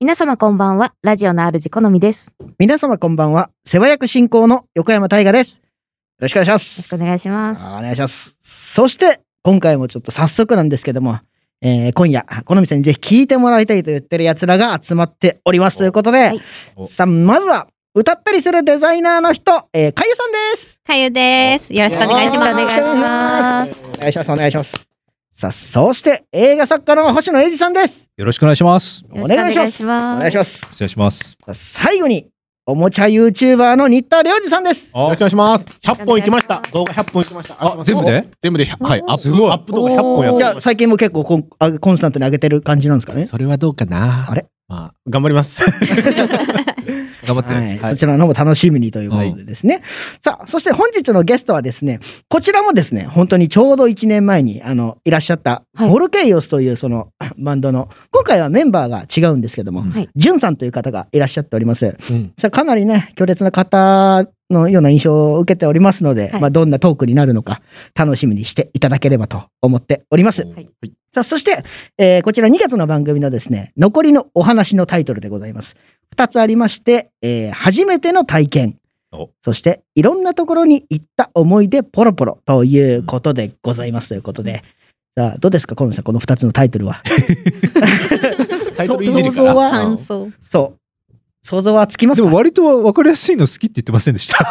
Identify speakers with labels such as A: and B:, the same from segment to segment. A: 皆様こんばんは。ラジオの主好みです。よ
B: 皆様こんばんは。世話役進行の横山大河です。よろしくお願いします。
A: ろしくお願いします。
B: お願いします。そして、今回もちょっと早速なんですけども、えー今夜、この店にぜひ聞いてもらいたいと言ってる奴らが集まっておりますということで、
A: はい
C: お
B: さあ、まずは、歌ったりするデザイナーの人、えー、かゆさんです。
D: かゆです。よろしくお願いし
A: よ
D: ま
A: ろ
D: す。
A: しくお願いします。
B: お願いします、お願いします。さあ、そして、映画作家の星野英二さんです。
C: よろしくお願いします。
A: よろしくお願いします
B: お願いします。
C: 失礼します。
B: さあ最後に、おもちゃ YouTuber の新田良二さんです。
C: あ
E: よろしくお願いします。100本いきまし
A: お
E: た
A: 願いし。
E: 動画100本いきました。
C: あ全部で
E: 全部で、はい。アッ
C: すごい
E: プ、アップ動画100本やっ
A: お
B: じ
E: てま
B: ゃあ
E: す
B: 最近も結構コンあコンスタントに上げてる感じなんですかね。
E: それはどうかな
B: あれ
E: まあ、頑張ります。
C: 頑張って。
B: はい、
C: はい
B: そちらの方も楽しみにということでですね、さあそして本日のゲストはですねこちらもですね本当にちょうど1年前にあのいらっしゃった
A: はい
B: ボルケイオスというその バンドの今回はメンバーが違うんですけども、
C: うん
A: はい
B: ジュンさんという方がいらっしゃっております
C: うん
B: さあかなりね強烈な方のような印象を受けておりますので、
A: はい
B: まあ、どんなトークになるのか楽しみにしていただければと思っております
A: はい
B: さあ、そして、えーこちら2月の番組のですね、残りのお話のタイトルでございます。2つありまして、えー初めての体験
C: お。
B: そして、いろんなところに行った思い出ポロポロということでございますということで。さあ、どうですか、小野さん、この2つのタイトルは。
E: タイトルいじりか
B: 想像は
E: ら。う
D: 感
E: ん
D: 想。
B: そう。想像はつきます
C: で
B: か
C: も割と分かりやすいの好きって言ってません でした。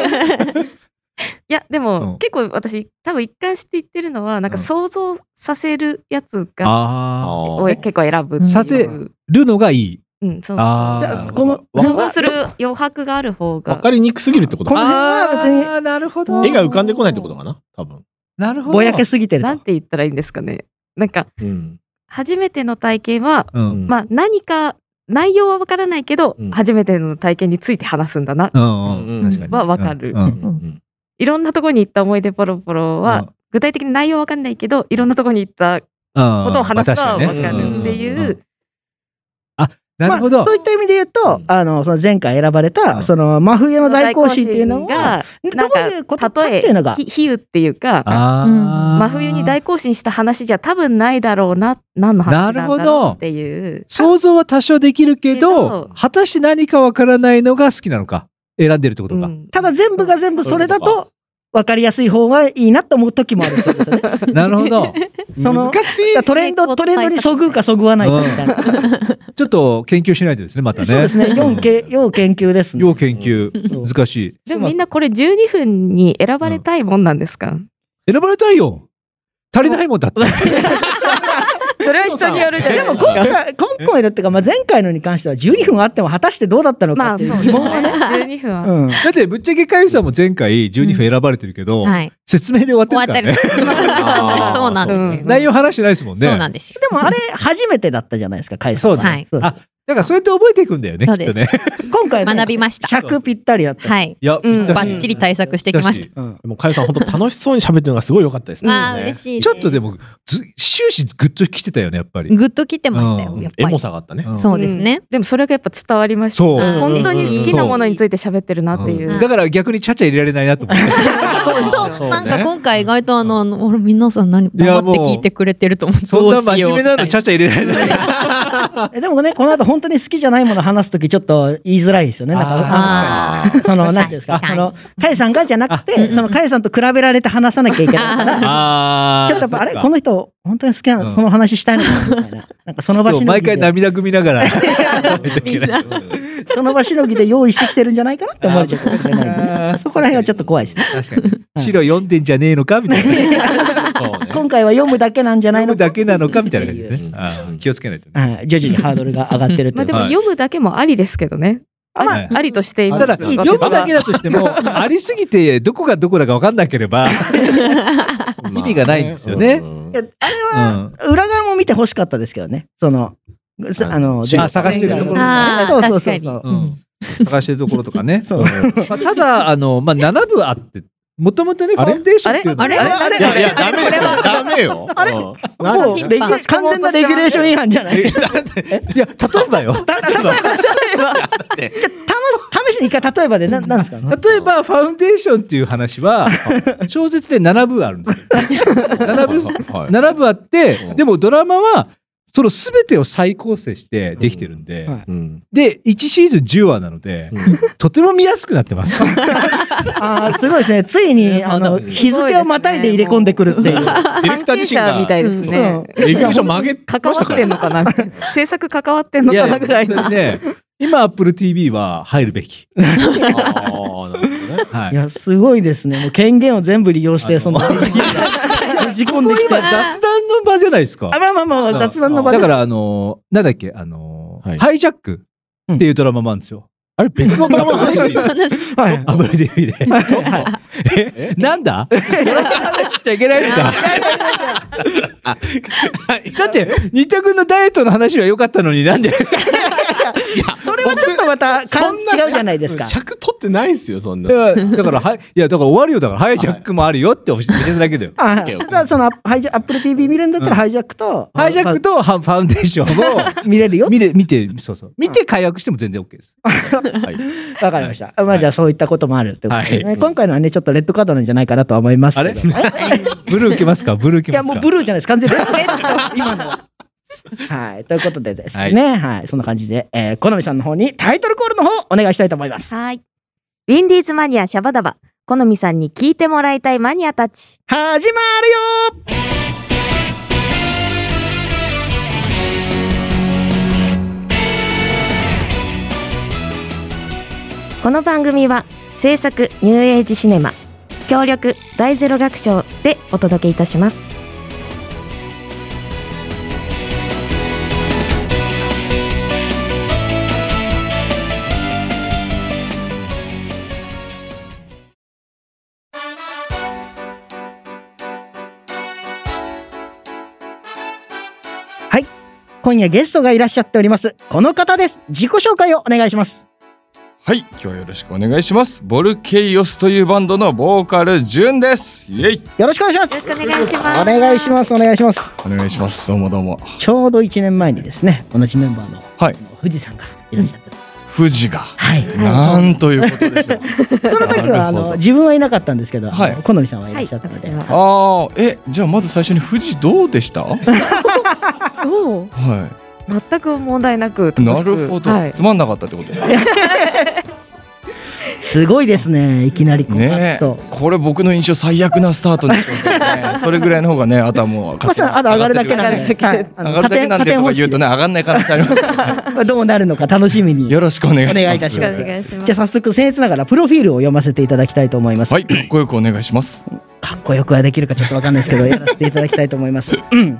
A: いや、でも、
C: うん
A: 結構私、多分一貫して言ってるのは、なんか
C: うん
A: 想像させるやつが、
C: ああ。
A: を結構選ぶっていう。
C: させるのがいい。
A: うん、そう。
B: じ
C: あ
B: ゃあ
C: あ。
B: この、
E: わ
A: 想
B: こ
A: 像する余白がある方
E: わ
A: が。
E: かりにくすぎるってこと
B: この辺は別に
C: あーなるほど。
E: 絵が浮かんでこないってことかな多分。
C: なるほど。
B: ぼやけすぎてると
A: なんて言ったらいいんですかね。なんか、
E: うん。
A: 初めての体験は、
C: うん。
A: まあ、何か、内容はわからないけど、
E: うん
A: 初めての体験について話すんだな。
C: うんうん。
E: うん
C: 確かに。
A: はわかる
C: うんう
E: う
C: ん
E: ん
A: いろんなとこに行った思い出ポロポロは、
C: うん
A: 具体的に内容はわかんないけど、いろんなとこに行ったことを話すのはわかるっていう、
C: まあ確かにねんんんあ、なるほ
B: まあ
C: ど
B: そう。いった意味で言うと、
E: うん
B: あのその前回選ばれた、
C: うん
B: その真冬の大行進っていうのは
A: が、
B: ど
A: なん
B: ういうことか
A: か、
B: っ
A: 例
B: ていうのが
A: え、ひ比喩っていうか、
C: ああ。
A: 真冬に大行進した話じゃ多分ないだろうな、何の話なんだ
C: なる
A: ろ
C: ほ
A: う
C: ど
A: っていう。
C: 想像は多少できるけ
A: け
C: ど
A: ど、
C: 果たして何かわからないのが好きなのか。選んでるってことか。
A: うん
B: ただ全部が全部それだと分かりやすい方がいいなと思う時もあるってことね
C: なるほど。
B: その
E: 難しい。
B: トレンドトレンドにそぐうかそぐわないかみたいな、
C: ちょっと研究しないとですね、またね。
B: そうですね要け要研究ですね
C: 要研究、
B: そう
C: 難しい。
A: でもみんなこれ12分に選ばれたいもんなんですか、
C: 選ばれたいよ。足りないもんだって。
A: それは人によるじゃ
B: で
A: ない
B: も
A: です
B: 今
A: か。
B: 回今回だっていうか、まあ、前回のに関しては12分あっても果たしてどうだったの
A: ま
B: か
A: あそ
B: って
A: うです
B: いう
A: ね。
B: 疑問はね、
A: 12分は。
B: うん、
C: だってぶっちゃけかゆさんも前回12分選ばれてるけど、
D: はい。
C: 説明で終わって
D: 終わ
C: る
D: っ
C: から
D: てる。
C: ね。
E: あー
D: そうなんですよ
A: う。ん
C: 内容話してないですもんね。
D: そうな
C: だ
D: んですよ。
B: でもあれ初めてだったじゃないですか解散は
C: そう
D: だね
B: そうそう
C: あからそうやって覚えていくんだよね、き
D: そ
C: っ
D: うです
C: とね。
B: 今回ね
D: 学びました。
B: 尺ぴったりだった、
D: はい。
C: いや、
A: うん
C: ぴった
D: バ
C: し
D: ッチリ対策してきまし
B: うん、
E: もう、かゆさん、本当楽しそうに喋ってるのがすごい良かったです
D: た。
E: ね。
D: ああ、嬉
E: い。
D: しい。
C: ちょっとで。も、ず終始グッと来てたよね、やっぱり。
D: ぐっと来てましたよ。
C: うん
D: やっ
E: エ
D: ぱり
E: モ。さがあったね。
C: うん
D: そうですね。
A: でもそれがやっぱ伝わりました。
C: そう
D: うん
A: 本当に好きなものについて喋ってるなっていうう。
D: ん
C: だから逆にちゃちゃ入れられないなと思 って。
E: あー
D: そうなんか今回意外とあの、あの俺皆さん何
C: いや
D: 黙って
C: もう
D: 聞いてくれてると思って
C: そんな
D: どうし
C: 真
D: よう
C: 面目なの
D: み
C: ちゃちゃ入れられない。
B: えでもね、この後本当に好きじゃないもの話すときちょっと言いづらいですよね。なんか、
D: あ
B: あの その、なん
D: 確かに
B: ていうんですか、
D: 確か
B: そ
D: に
B: の、かえさんがじゃなく
D: あう
B: て、
D: ん
B: そのかえさんと比べられて話さなきゃいけないから、
C: あ
B: ちょっとやっぱ、あれこの人、本当に好きな
C: う
B: の
C: ん
B: その話したいのかなみたいな。なんかその場しの
C: 毎
B: ぎ
C: 回
B: で、
C: 涙ぐみながら。
D: みんな
B: その場しのぎで用意してきてるんじゃないかなって思われちゃうかもしれないんで。そこら辺はちょっと怖いですね。
C: 確かに。
B: うん
C: 白読んでんじゃねえのかみたいな。
E: そうね。
B: 今回は読むだけなんじゃない
C: 読む
B: のか
C: だ。けなのかみたいな感じです
E: う
C: ね
E: ん。
C: あー気をつけないとね。
B: はい徐々にハードルが上がってると
A: まあ
B: いう
A: でも
C: はい
A: 読むだけもありですけどね。
B: あまあ
C: はい
A: ありとしていま
C: た
A: す。
C: だ、
A: 私は
C: 読むだけだとしても、ありすぎて、どこがどこだか分かんなければ、意味がないんですよね
E: うん
B: いやあれ
C: う
B: は、
C: ん。
B: 裏側も見てほしかったですけどね。その、さあの、
E: あ
C: 探してるところ
D: あー
B: そうそうそうそう
D: 確。
C: うん探してるところとかね。
B: そう
C: まあただ、あの、まあ、7部あって、もともとね、ファンデーションっていうの
D: あれあれ
B: あれ
E: いやいや、ダメですよ
D: これ。は
E: ダメよ。
B: あれ
E: うん
B: もうレギュ
D: なんで
B: 完全なレギュレーション違反じゃない
E: え
B: じ
E: だって
C: いや、例えばよ。例えば、
B: ゃたま試しに一回例えばでななんですか
C: 例えば、ファウンデーションっていう話は、小説で7部あるんですよ。7部
E: はい
C: 並ぶあって、
E: うん
C: でもドラマはその全てを再構成してできてるんで、
B: うんはい
E: うん
C: で1シーズン10話なので、とても見やすくなってます。
B: あーすごいですね。ついに、あの、
E: すごいですね
B: 日付をまたいで入れ込んでくるっていう。
E: ディレクター自身が
A: 関係者みたいですね。
E: レギュレーション曲げ
A: 関
E: ま
A: わ
E: した
A: っ
E: か
A: て
E: ら
A: ん
E: ね
A: のかなみたいな制作関わってんのかなぐらいの。
C: 本当にね、今 Apple TV は入るべき。
E: ああなるほどね
C: はいい。
B: や、すごいですね。もう権限を全部利用し
C: あ
B: て、
C: の
B: その、ねじ込んでき
C: 今
B: て。
C: 雑談の場じゃないですか。
B: あ、まあまあまあ、雑談の場
C: だ
B: で
C: か
B: す。
C: らあのなんだっけあの、
E: はい
C: ハイジャックっていうドラマもあるんですよ。
E: あれ別のドラマの話だよね
D: 話
B: はい
C: Apple TV で。えなんだドラマの話しちゃいけないのか。だって、新田君のダイエットの話は良かったのになんで。
B: それはちょっとまた、
E: そ
B: 勘
E: んな
B: 違うじゃないですか。
E: 尺取ってないですよそんな
C: だから、はい、いや、だから終わるよ。だから、ハイジャックもあるよって教えてるだけだよ。
B: あ
E: オッケー
B: ただそのアップハイジャアップル TV 見るんだった
C: うん
B: らハイジャックと、
C: ハイジャックとハファンデーショ
B: ま
C: ン
B: あ見れる よ
C: を見れ、見て、そうそう。見て解約しても全然 OK です。
B: わかりました、まあじゃあそういったこともあるってことで、ね
C: は
B: 今回のはねちょっとレッドカードなんじゃないかなとは思います
C: あ
B: け
C: れ
B: ど
C: ブルー受けますかブルー受
B: い
C: け
B: やも
C: ますか
B: うブルーじゃないです完全にレッド今のははいということでですねはい、そんな感じで、えー、好みさんの方にタイトルコールの方お願いしたいと思います
A: はい。ウィンディーズマニアシャバダバ。好みさんに聞いてもらいたいマニアたち。
B: 始まるよ
A: この番組は制作ニューエイジシネマ協力大ゼロ学賞でお届けいたします。
B: 今夜ゲストがいらっしゃっておりますこの方です自己紹介をお願いします
F: はい、今日はよろしくお願いします。ボルケイオスというバンドのボーカルジュンです。イエイ、
B: よろしくお願いします
A: よろしくお願いします
B: お願いしますお願いします
F: お願いします。どうもどうも。
B: ちょうど1年前にですね同じメンバーの、
F: はい
B: 富士山がいらっしゃった、
F: 富士が
B: はい
F: なんということでしょう。
B: その時はあ
E: なるほ
B: の
E: ど
B: 自分はいなかったんですけど、
F: はい
B: あの好みさんはい
A: は
B: らっ
A: い、
B: しゃったの
A: 私
B: で、
A: は。
F: ああ、え、じゃあまず最初に富士どうでした？は
A: おう全く問題なく楽し
F: い。
A: く。
F: なるほど、
A: はい
F: つまんなかったってことですね。
B: すごいですねいきなりこう
F: ね
B: パッ
F: え
B: と。、
F: これ僕の印象最悪なスタートになってますよ ね。それぐらいの方がね、あとはもう
B: まあ、
F: 勝手に
B: さあと上がるだけなんで、はいあ
F: 上
B: の
F: がるだけなんでとか言うとね、上がんない可能性ありますか らね。
B: 加点加点方式でどうなるのか楽しみに。じゃ
F: よろしくお願いします。
B: お願いいたし
A: よろ
B: ま
A: しくお願いします
B: あ。早速僭越ながらプロフィールを読ませていただきたいと思います。
F: はい、かっこよくお願いします。
B: かっこよくはできるかちょっとわかんないですけどやらせていただきたいと思います、うん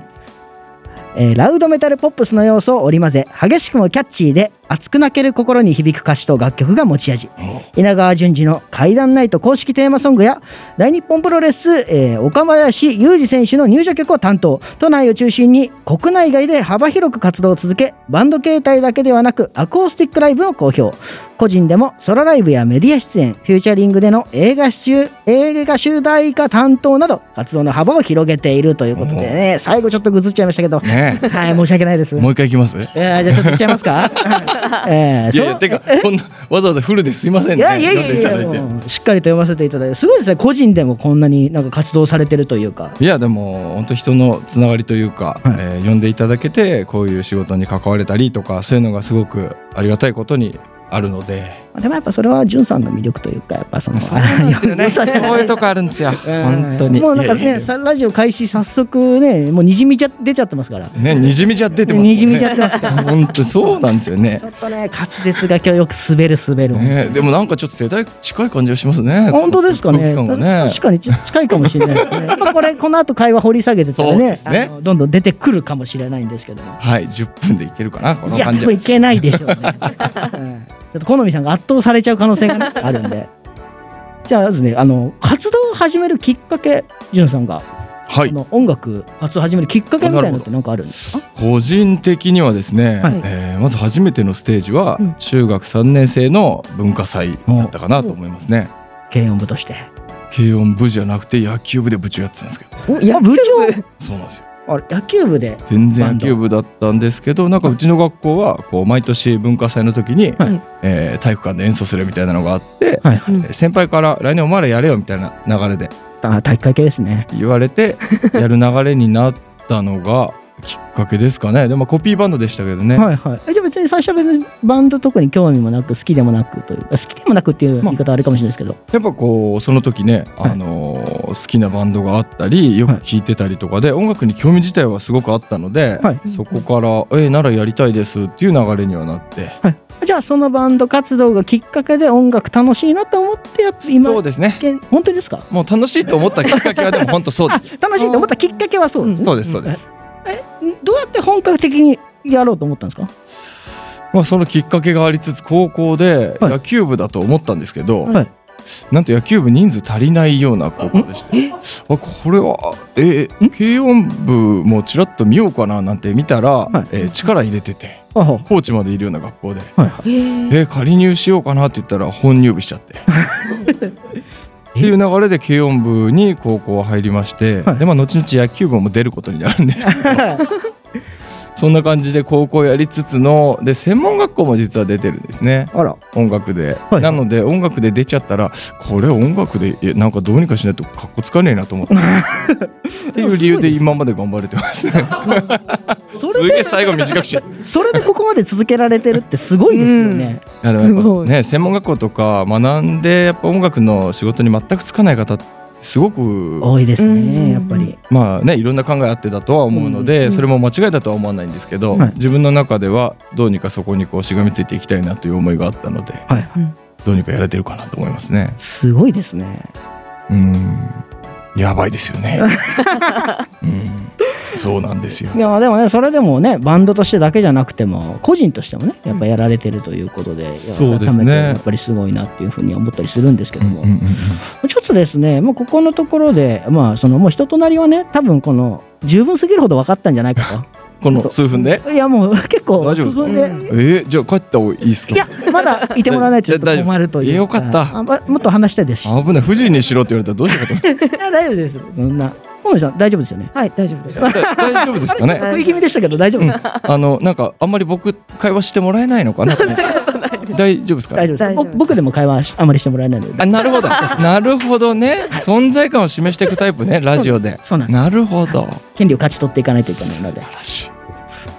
B: えーラウドメタルポップスの要素を織り交ぜ激しくもキャッチーで熱く泣ける心に響く歌詞と楽曲が持ち味稲川淳二の「怪談ナイト」公式テーマソングや大日本プロレス、えー岡林裕二選手の入場曲を担当都内を中心に国内外で幅広く活動を続けバンド形態だけではなくアコースティックライブも好評個人でもソロライブやメディア出演フューチャリングでの映画主映画主題歌担当など活動の幅を広げているということでね最後ちょっとぐずっちゃいましたけどはい
F: ね
B: 申し訳ないです
F: え、もう一回いきます。
B: えーじゃあちょっといっちゃいます か、えー
F: いやいや、てか、 こんな、わざわざフルですいませんね。
B: いやいやいやいや
F: 読んでいただい
B: もうしっかりと読ませていただいてすごいですね個人でもこんなになんか活動されてるというか
F: ていや、でも、本当人のつながりというか、
B: はい
F: えー呼んでいただけて、こういう仕事に関われたりとか、そういうのがすごくありがたいことにあるので。
B: でもやっぱそれはんさんの魅力というかやっぱその
F: そうなんですよね。
B: 良
F: そ
B: さ
F: う
B: じゃない
F: いうとこあるんですよ。本当 に。
B: もうなんかね
F: いやいやいや
B: さラジオ開始早速ねもうにじみちゃ出ちゃってますから
F: ね、にじみちゃっててもんね。
B: にじみちゃってますから
F: 本当、そうなんですよね
B: ちょ。っとね滑舌が今日よく滑る滑る、
F: ねえ、でも、なんかちょっと世代近い感じがしますね。
B: 本当ですかね
F: 空気感がね
B: 確かにち近いかもしれないですねやっ ぱこれこの後会話掘り下げてたら
F: そうで
B: ね
F: すね
B: あのどんどん出てくるかもしれないんですけども
F: はい、十分でいけるかな、この
B: いや、多
F: 感じは
B: 分。いけないでしょう ね。うんちょっと好みさんが圧倒されちゃう可能性がね、あるんで。じゃあですね、あの活動を始めるきっかけ、じゅんさんが、
F: は
B: あ
F: い。
B: の音楽活動を始めるきっかけみたいなのってなんかあるんですか。
F: 個人的にはですね、
B: はい
F: えーまず初めてのステージは
A: うん
F: 中学3年生の文化祭だったかなと思いますね。
B: 軽音部として。
F: 軽音部じゃなくて野球部で部長やってたんですけど
A: お
B: あ部長
F: そうなんですよ
B: あれ野球部で。
F: 全然野球部だったんですけどなんかうちの学校はこう毎年文化祭の時に、
A: はい
F: えー体育館で演奏するみたいなのがあって、
B: はい
A: うん
F: えー先輩から「来年お前らやれよ」みたいな流れで
B: あ、体育会系ですね。
F: 言われてやる流れになったのが、きっかけですかねでもコピーバンドでしたけどね、
B: はいはいえじゃあ別に最初は別にバンド特に興味もなく好きでもなくというあ好きでもなくっていう言い方はあるかもしれないですけど、
F: やっぱこうその時ね、
B: はい
F: あのー好きなバンドがあったりよく聴いてたりとかで、音楽に興味自体はすごくあったので、
B: はい
F: そこから「えならやりたいです」っていう流れにはなって
B: じゃあそのバンド活動がきっかけで音楽楽しいなと思ってやっぱ今
F: そうですね
B: 現本当ですか
F: もう楽しいと思ったきっかけはでも本当そうですよ
B: 楽しいと思ったきっかけはそうですね
F: そうですそうです、
B: んどうやって本格的にやろうと思ったんですか
F: まあ、そのきっかけがありつつ高校で
B: はい
F: 野球部だと思ったんですけど、
B: はい
F: なんと野球部人数足りないような高校でしてあこれはえ
B: ん
F: 軽音部もちらっと見ようかななんて見たら、
B: はい
F: えー力入れてて
B: あは
F: コーチまでいるような学校で。
D: え
F: えー仮入しようかなって言ったら本入部しちゃって っていう流れで軽音部に高校入りまして、
B: はい
F: でまあ後々野球部も出ることになる んですけど
B: は
F: そんな感じで高校やりつつので専門学校も実は出てるんですね
B: あら
F: 音楽で、
B: はい
F: なので音楽で出ちゃったらこれ音楽でいやなんかどうにかしないとかっこつかねえなと思って っていう理由で今まで頑張れてますね
B: そ
F: す
B: れ
F: げえ
B: で
F: 最後短くして
B: それでここまで続けられてるってすごいですよね、
F: いやでもやっぱね専門学校とか学んでやっぱ音楽の仕事に全くつかない方ってすごく
B: 多いですね、
D: うん
B: やっぱり
F: まあねいろんな考えあってだとは思うので、
D: うん
F: それも間違いだとは思わないんですけど、
B: はい
F: 自分の中ではどうにかそこにこうしがみついていきたいなという思いがあったので、
B: はい
D: うん
F: どうにかやれてるかなと思いますね。
B: すごいですね
F: うんやばいですよ ね。うんそうなんですよ
B: い。やでもねそれでもねバンドとしてだけじゃなくても個人としてもねやっぱやられてるということで、いや
F: そうです
B: 改め
F: ね
B: てやっぱりすごいなっていうふうに思ったりするんですけど
F: うん
B: も、
F: うんうん
B: ちょっとですねもうここのところでまあそのもう人となりはね多分この十分すぎるほど分かったんじゃないか
F: この
B: と
F: 数分で
B: いやもう結構
F: 大丈
B: 数
F: 夫ですか
B: 分
D: う
B: で
F: えーじゃあ帰った方がいいですか
B: いやまだいてもらわないとちょっと困るという
F: いやよかった
B: あまもっと話したい ですしい
F: 危ない富士にしろって言われたらどうしようかと思って
B: や大丈夫ですそんな本部さん大丈夫ですよね
A: はい、大丈夫です。
F: だ 大丈夫ですかね。
B: 食い気味でしたけど大丈夫、
F: うんあのなんかあんまり僕会話してもらえないのかなと思って。 大丈夫ですか
B: 大。
F: ね
B: 丈夫です
A: 大丈夫です
B: ぼ僕でも会話しあまりしてもらえないので
F: あなるほど なるほどね存在感を示していくタイプねラジオで
B: そうなんです
F: なるほど
B: 権利を勝ち取っていかないといけない
F: 素
B: の
F: 晴
B: で
F: らしい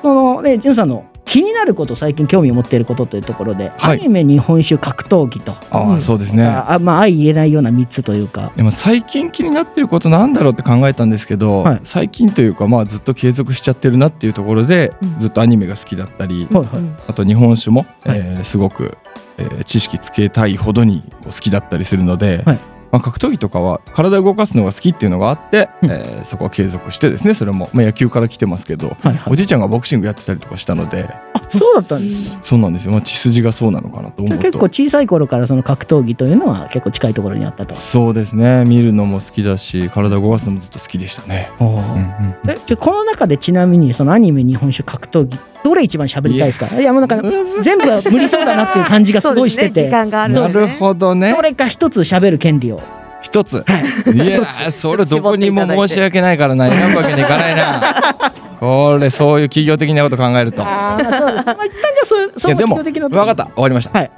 B: そのねじゅんさんの気になること最近興味を持っていることというところで、
F: はい
B: アニメ日本酒格闘技と、
F: ああそうですね
B: ああまあ相言えないような3つというか
F: でも最近気になってることなんだろうって考えたんですけど、
B: はい
F: 最近というかまあずっと継続しちゃってるなっていうところで、ずっとアニメが好きだったり、
B: はいはい
F: あと日本酒も、
B: はい
F: えーすごく、えー知識つけたいほどに好きだったりするので、
B: はい
F: まあ、格闘技とかは体を動かすのが好きっていうのがあって、
B: うん
F: えーそこは継続してですねそれも、まあ、野球から来てますけど、
B: はいは
F: お
B: い
F: じいちゃんがボクシングやってたりとかしたので
B: あそうだったんです
F: そうなんですよ、まあ、血筋がそうなのかなと思うと
B: 結構小さい頃からその格闘技というのは結構近いところにあったと。
F: そうですね見るのも好きだし体動かすのもずっと好きでしたね、うんうんうん
B: えじゃあこの中でちなみにそのアニメ日本酒格闘技どれ一番喋りたいですかいやもうなんか全部は無理そうだなっていう感じがすごいしてて、
A: 時間がある
F: な
A: ので
F: る
A: ね。
F: ほどね
B: どれか一つ喋る権利を
F: 一ついやーそれどこにも申し訳ないからな選ぶわけにいかないなこれそういう企業的なこと考えると
B: ああまあそうですねまあ一旦じゃあそうそ
F: いや
B: の
F: でも
B: 的な
F: 分かった終わりました、
B: はい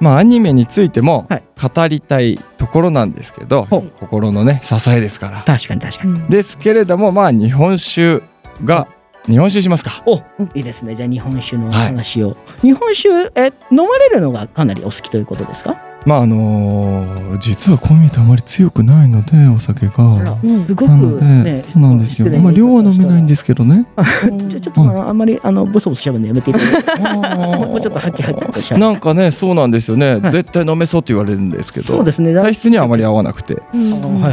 F: まあアニメについても
B: はい
F: 語りたいところなんですけど、
B: ほう
F: 心のね支えですから
B: 確かに確かに
F: ですけれどもまあ日本酒が日本酒にしますか
B: おいいですねじゃあ日本酒のお話を、日本酒え飲まれるのがかなりお好きということですか
F: まああのー実はこう見えてあまり強くないのでお酒が。
B: すごく
F: なので、
B: ね
F: そうなんですよ。まあ量は飲めないんですけどね。
B: ちょちょっとあのあんまりあのボソボソしゃべるのやめていただ いて も
F: も
B: うちょっとはっきはっきとしゃべ
F: なんかね、そうなんですよね。
B: はい
F: 絶対飲めそうって言われるんですけ
B: る
F: ど、
B: そうですねだ
F: 体質にはあまり合わなくて、
B: はい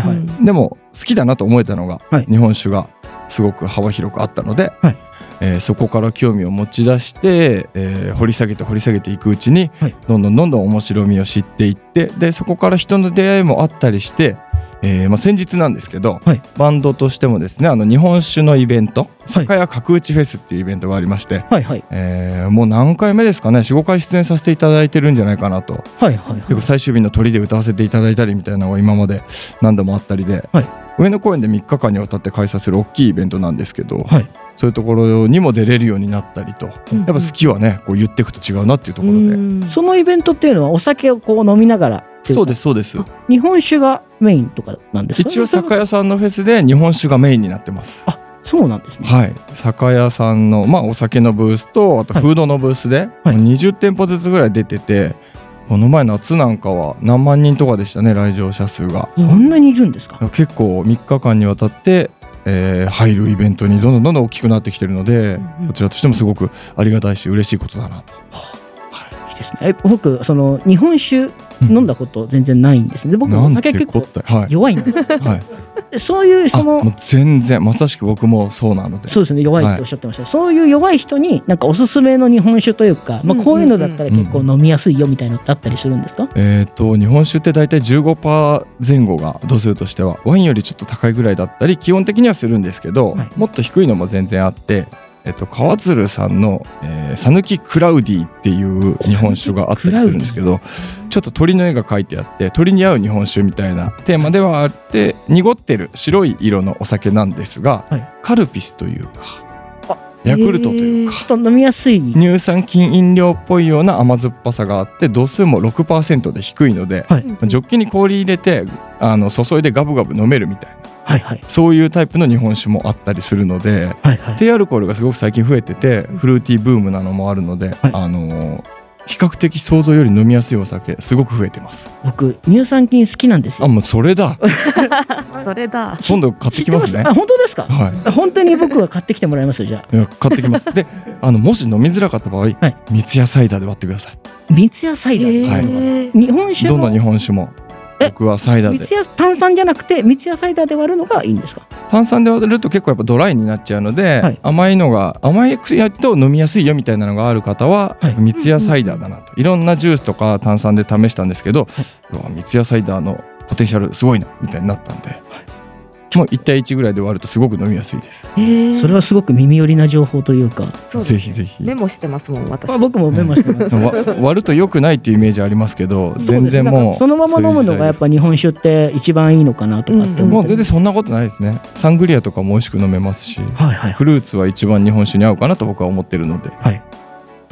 B: はい
F: でも好きだなと思えたのが、
B: はい
F: 日本酒がすごく幅広くあったので、
B: はい
F: えーそこから興味を持ち出して、えー掘り下げて掘り下げていくうちに、
B: はい
F: どんどんどんどん面白みを知っていってでそこから人の出会いもあったりして、えーまあ、先日なんですけど、
B: はい
F: バンドとしてもですねあの日本酒のイベント酒屋角打ちフェスっていうイベントがありまして、
B: はいはい
F: えーもう何回目ですかね45回出演させていただいてるんじゃないかなと
B: はいはいはい
F: 結構最終日の鳥で歌わせていただいたりみたいなのが今まで何度もあったりで、
B: はい
F: 上野公園で3日間にわたって開催する大きいイベントなんですけど、
B: はい
F: そういうところにも出れるようになったりとやっ
D: やっ
F: ぱ好きはねこう言っていくと違うなっていうところで、
B: そのイベントっていうのはお酒をこう飲みながら
F: そうですすそうです
B: 日本酒がメインとかなんですか
F: 一応酒屋さんのフェスで日本酒がメインになってます
B: あそうなんですね。
F: はい、酒屋さんの、まあ、お酒のブースとあと
B: はい
F: フードのブースで、
B: はい
F: もう20店舗ずつぐらい出ててこの前夏なんかは何万人とかでしたね来場者数が
B: そんなにいるんですか。
F: 結構3日間にわたって、えー入るイベントにどんどんどんどん大きくなってきてるので、
D: うん
F: こちらとしてもすごくありがたいし嬉しいことだなと。
B: いいですね。え僕その日本酒飲んだこと全然ないんですね。で僕お
F: なん
B: 酒
F: て
B: 結
F: こっ
B: 構
F: たはい、
B: 弱いん で
F: はい、
B: そういう
F: あ
B: そ
F: も
B: の
F: う全然まさしく僕もそうなので
B: そうですね弱いっておっしゃってました、そういう弱い人になんかおすすめの日本酒というか、まあ、こういうのだったら結構飲みやすいよみたいなのってあったりするんですか、
F: えー、と日本酒って大体15%前後が度数としてはワインよりちょっと高いぐらいだったり基本的にはするんですけど、
B: はい
F: もっと低いのも全然あって、えっと川鶴さんのえー讃岐、クラウディっていう日本酒があったりするんですけどちょっと鳥の絵が描いてあって鳥に合う日本酒みたいなテーマではあって濁ってる白い色のお酒なんですが、
B: はい
F: カルピスというかヤクルトというか。
B: ちょっと飲みやすい
F: 乳酸菌飲料っぽいような甘酸っぱさがあって度数も6%で低いので、
B: はい
F: まあジョッキに氷入れてあの注いでガブガブ飲めるみたいな
B: はいはい
F: そういうタイプの日本酒もあったりするので
B: はいはい
F: 低アルコールがすごく最近増えててフルーティーブームなのもあるので、
B: はい
F: あの比較的想像より飲みやすいお酒すごく増えてます
B: 僕乳酸菌好きなんです
F: あ
B: よ
F: もうそ れだ
A: それだ。
F: 今度買ってきます
B: 知
F: ね
B: ってあ本当ですか
F: はい
B: 本当に僕は買ってきてもらいますよじゃ
F: いや買ってきますであのもし飲みづらかった場合、
B: い
F: 三ツ矢サイダーで割ってください
B: あ三ツ矢サイダー、
F: はい
A: えー
B: 日本酒
F: どんな日
B: の
F: 本酒も
B: え
F: 僕はサイダー
B: 三
F: で
B: ツ矢炭酸じゃなくて三ツ矢サイダーで割るのがいいんですか
F: 炭酸で割ると結構やっぱドライになっちゃうので、
B: はい
F: 甘いのが甘い薬やと飲みやすいよみたいなのがある方は、
B: はい
F: 三ツ矢サイダーだなと、いろんなジュースとか炭酸で試したんですけど、うわ三ツ矢サイダーのポテンシャルすごいなみたいになったんで、もう1対1ぐらいで割るとすごく飲みやすいです、
A: えー
B: それはすごく耳寄りな情報というか、
A: そうです
F: ぜひぜひ
A: メモしてますもん私。
B: まあ、僕もメモして ます
F: わ割ると良くないっていうイメージありますけど全然もう
B: そのまま飲む
F: そうい
B: の
F: う時代
B: がやっ
F: です
B: ぱ日本酒って一番いいのかなとかって
F: も
B: 思っ
F: う
B: て
F: 全然
B: ます、
F: そんなことないですねサングリアとかも美味しく飲めますし
B: はいはい
F: フルーツは一番日本酒に合うかなと僕は思ってるので
B: はい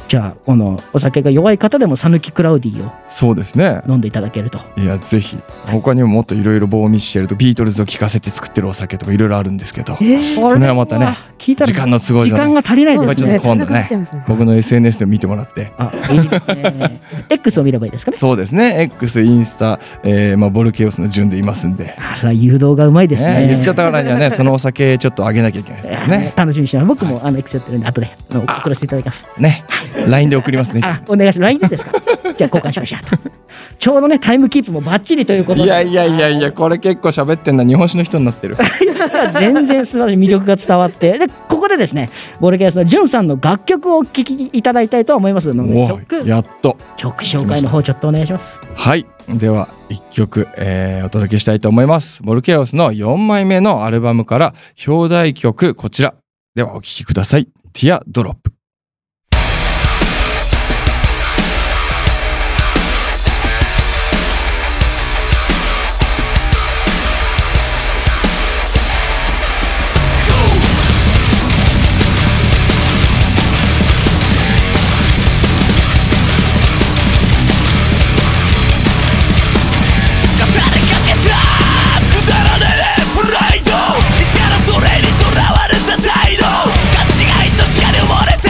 B: じゃあこのお酒が弱い方でも讃岐クラウディを
F: そうですね
B: 飲んでいただけると
F: いやぜひ他にももっといろいろ棒ミッシェルとビートルズを聴かせて作ってるお酒とかいろいろあるんですけど
A: えー
F: それはまたね
B: 聞いたら
F: 時間の都合
B: 時
F: じゃ
B: 間
F: な
B: が
F: い
B: 足りないです
F: ちょっ
B: ね
F: と今
A: な
F: 度ね
A: くなっちゃいますね
F: 僕の SNS でも見てもらって
B: あいいですね X を見ればいいですかね
F: そうですね X インスタ、えーまあ、ボルケオスの順でいますんで
B: あら誘導がうまいですね
F: 言っちゃったからにはねそのお酒ちょっとあげなきゃいけないですから
B: いや
F: ね
B: 楽しみにしてます僕もあの X やってるんで後であの送らせていただきます
F: ね LINE で送りますね
B: あお願いします LINE でですかじゃあ交換しましょうとちょうどねタイムキープもバッチリということで
F: いやいやいやいやこれ結構喋ってんな日本酒の人になってる
B: 全然素晴らしい魅力が伝わってでここでですねボルケースのジュンさんの楽曲をお聴きいただきたいと思いますので
F: お
B: 曲
F: やっと
B: 曲紹介の方ちょっとお願いします
F: はいでは一曲、えーお届けしたいと思いますボルケオスの4枚目のアルバムから表題曲こちらではお聴きください「ティアドロップ」
G: プライドいつからそれに囚われた態度勘違いと血がに埋もれて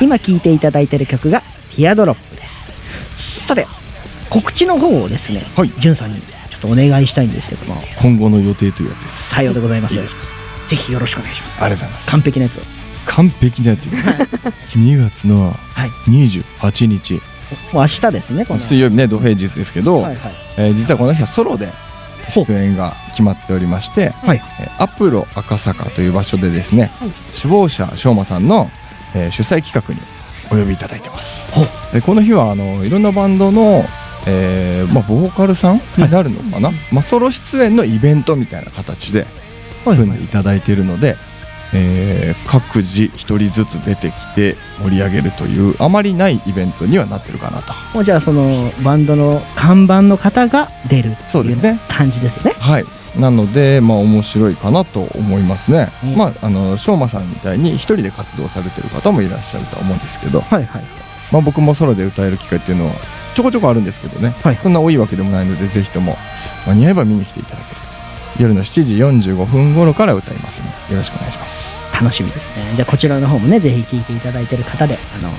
B: 今聴いていただいている曲が「ティアドロップ」ですさて告知の方をですね、
F: はい
B: じゅんさんにちょっとお願いしたいんですけども
F: 今後の予定というやつです
B: さようでございます
F: いいです
B: ぜひよろしくお願いします
F: ありがとうございます
B: 完璧なやつを
F: 完璧なやつ2月 の
B: はい
F: 28日
B: もう明日ですねこの
F: 水曜日ね土平日ですけど、
B: はいはい
F: えー実はこの日はソロで出演が決まっておりまして、
B: はい
F: えーアプロ赤坂という場所でですね、首謀者翔馬さんの、えー主催企画にお呼びいただいてます
B: ほう
F: でこの日はあのいろんなバンドの、えーまあ、ボーカルさんになるのかな、まあ、ソロ出演のイベントみたいな形で
B: はいは
F: 組
B: い
F: んでいただいているので、えー各自一人ずつ出てきて盛り上げるというあまりないイベントにはなってるかなと
B: もうじゃあそのバンドの看板の方が出るって
F: そう
B: い
F: です
B: う
F: ね
B: 感じですよね
F: はい、なので、まあ、面白いかなと思いますね、
B: うん
F: まああのしょうまさんみたいに一人で活動されてる方もいらっしゃるとは思うんですけど、
B: はいはい
F: まあ、僕もソロで歌える機会っていうのはちょこちょこあるんですけどね、
B: はい
F: そんな多いわけでもないのでぜひとも間に合えば見に来ていただけると夜の7時45分頃から歌いますのでよろしくお願いします
B: 楽しみですねじゃあこちらの方もねぜひ聴いていただいてる方であの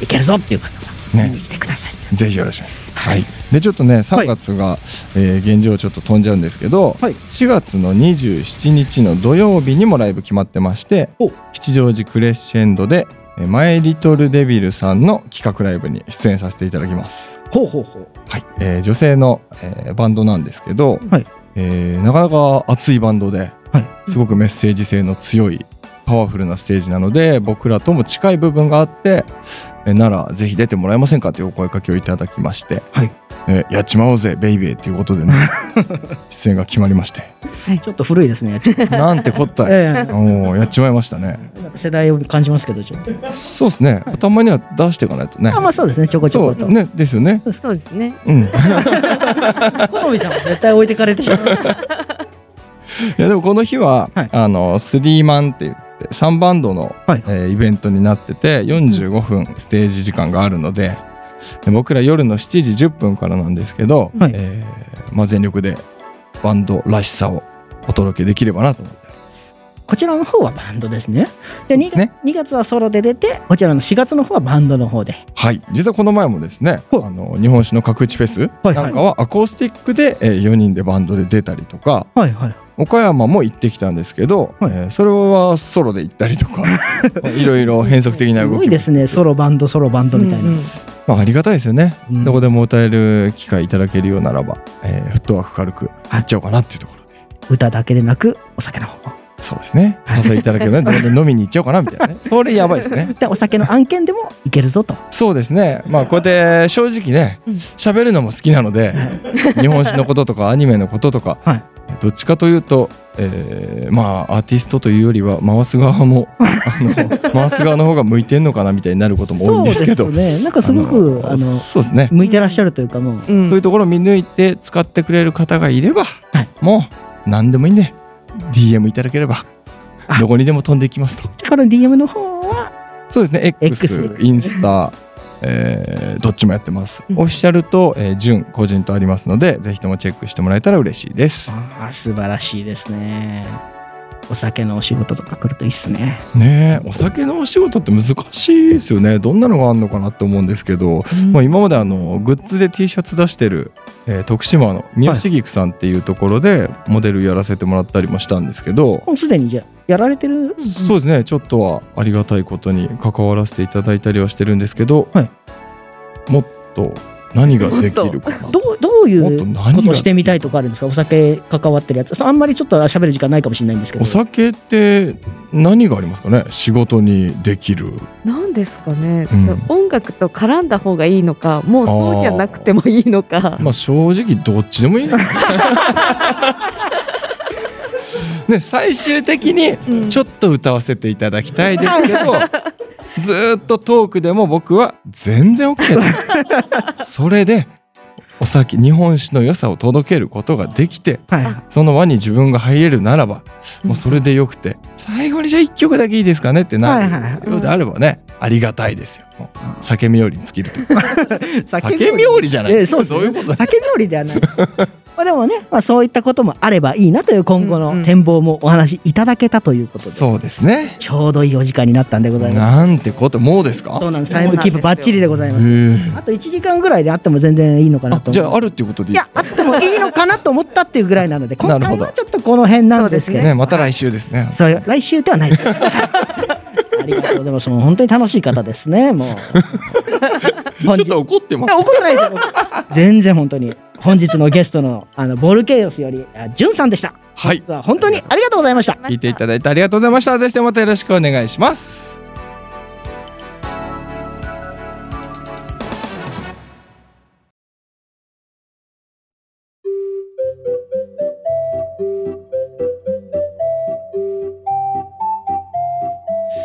B: いけるぞっていう方は見に
F: ね
B: 来てください、
F: ぜひよろしくはい、でちょっとね3月が、えー現状ちょっと飛んじゃうんですけど、
B: はい
F: 4月の27日の土曜日にもライブ決まってまして
B: お
F: 吉祥寺クレッシェンドでえーマイ・リトル・デビルさんの企画ライブに出演させていただきます、
B: ほうほうほう
F: はいえー女性の、えーバンドなんですけど、
B: はい
F: えーなかなか熱いバンドで、
B: はい
F: すごくメッセージ性の強いパワフルなステージなので僕らとも近い部分があってえーならぜひ出てもらえませんかというお声かけをいただきまして、
B: はい
F: えーやっちまおうぜベイベーということ でね出演が決まりまして
B: ちょっと古いです ね、
F: なんてこったい
B: え
F: おーやっちまいましたね
B: え世代を感じますけどちょっと
F: そうですねたまには出していかないとね
B: あまあそうですねちょこちょ
F: そ
B: こっと、
F: うねですよね
A: そうですね。
F: うん
B: 好みさんは絶対置いてかれてしまう
F: いやでもこの日は、
B: はい
F: あのスリーマンって言って3バンドの、
B: はい
F: えーイベントになってて45分ステージ時間があるので、で僕ら夜の7時10分からなんですけど、
B: はい
F: えーまあ、全力でバンドらしさをお届けできればなと思って
B: こちらの方はバンドですねで 2,
F: そうですね
B: 2月はソロで出てこちらの4月の方はバンドの方で
F: はい実はこの前もですね、
B: はい
F: あの日本酒の角打ちフェス
B: はい
F: なんかはアコースティックで、え4人でバンドで出たりとか
B: はいはい
F: 岡山も行ってきたんですけど、
B: はい
F: えーそれはソロで行ったり とかいろいろ変則的な
B: す
F: 動
B: ご
F: き
B: い
F: も
B: ですねソロバンドソロバンドみたいな、
D: うんうん
F: まあ、ありがたいですよね、
B: うん
F: どこでも歌える機会いただけるようならば、えーフットワーク軽くいっちゃおうかなっていうところで、
B: 歌だけでなくお酒の方も
F: そうですね誘いいただけるねどこで飲みに行っちゃおうかなみたい なねそれやばいですね
B: でお酒の案件でもいけるぞと
F: そうですねまあこうやって正直ね
D: うん
F: 喋るのも好きなので日本史のこととかアニメのこととか、
B: はい
F: どっちかというと、えーまあアーティストというよりは回す側 もあの回す側の方が向いてんのかなみたいになることも多いんですけど
B: そうですよねなんかすごくあの
F: そうですね
B: 向いてらっしゃるというかもう
D: うん
F: そういうところを見抜いて使ってくれる方がいれば、
B: い
F: もう何でもいいんで DM いただければ
B: あ
F: どこにでも飛んでいきますと
B: この DM の方は
F: そうですね X,
B: X
F: インスタ、えーどっちもやってます、
D: うん
F: オフィシャルと、えー純個人とありますのでぜひともチェックしてもらえたら嬉しいです
B: あー素晴らしいですねお酒のお仕事とか来るといいっすね
F: ねえお酒のお仕事って難しいですよねどんなのがあるのかなって思うんですけど、
D: うん
F: まあ、今まであのグッズで T シャツ出してる、えー徳島の三好菊さんっていうところでモデルやらせてもらったりもしたんですけど、
B: もうすでにじゃあやられてる
F: そうですねちょっとはありがたいことに関わらせていただいたりはしてるんですけど、
B: はい
F: もっと何ができるかな
B: どうどうい
F: もっと
B: う
F: 何
B: こと
F: が
B: してみたいとかあるんですかお酒関わってるやつそうあんまりちょっと喋る時間ないかもしれないんですけど
F: お酒って何がありますかね仕事にできる
G: なんですかね、
F: うん
G: 音楽と絡んだ方がいいのかもうそうじゃなくてもいいのか
F: まあ正直どっちでもいい ですね最終的に
G: うん
F: ちょっと歌わせていただきたいですけど、ずーっとトークでも僕は全然 OK だそれでお酒日本酒の良さを届けることができて
B: はい
F: その輪に自分が入れるならばもうそれでよくて最後にじゃあ1曲だけいいですかねってな
B: はいはいは
F: るようであればねありがたいですよもう酒冥利に尽きると酒冥利じゃない
B: ええそうです
F: そういうこと
B: 酒冥利では ないまあでもね、まあ、そういったこともあればいいなという今後
D: うんう
B: の
D: ん
B: 展望もお話しいただけたということで、
F: そうですね
B: ちょうどいいお時間になったんでございます
F: なんてこともうですか
B: そうなんですタイムキープバッチリでございます
F: へえ
B: あと1時間ぐらいであっても全然いいのかな
F: あ
B: と
F: じ
B: 思
F: ゃ
B: う
F: ああるっていうこと
B: い
F: でいいで
B: や
F: すか
B: あってもいいのかなと思ったっていうぐらいなので今
F: なる
B: 回
F: ほ
B: は
F: ど
B: ちょっとこの辺なんですけど
F: ねまた来週ですね
B: そうよ来週では ないです。ありがとうございます。もう本当に楽しい方ですね。 もう
F: ちょっと怒ってま
B: いや
F: す
B: 怒ってないですよ。僕全然本当に本日のゲストのあのボルケイオスよりあジュンさんでした。
F: はい
B: 実は本当にありがとうございました。
F: 聞いていただいてありがとうございましたぜひともまたよろしくお願いします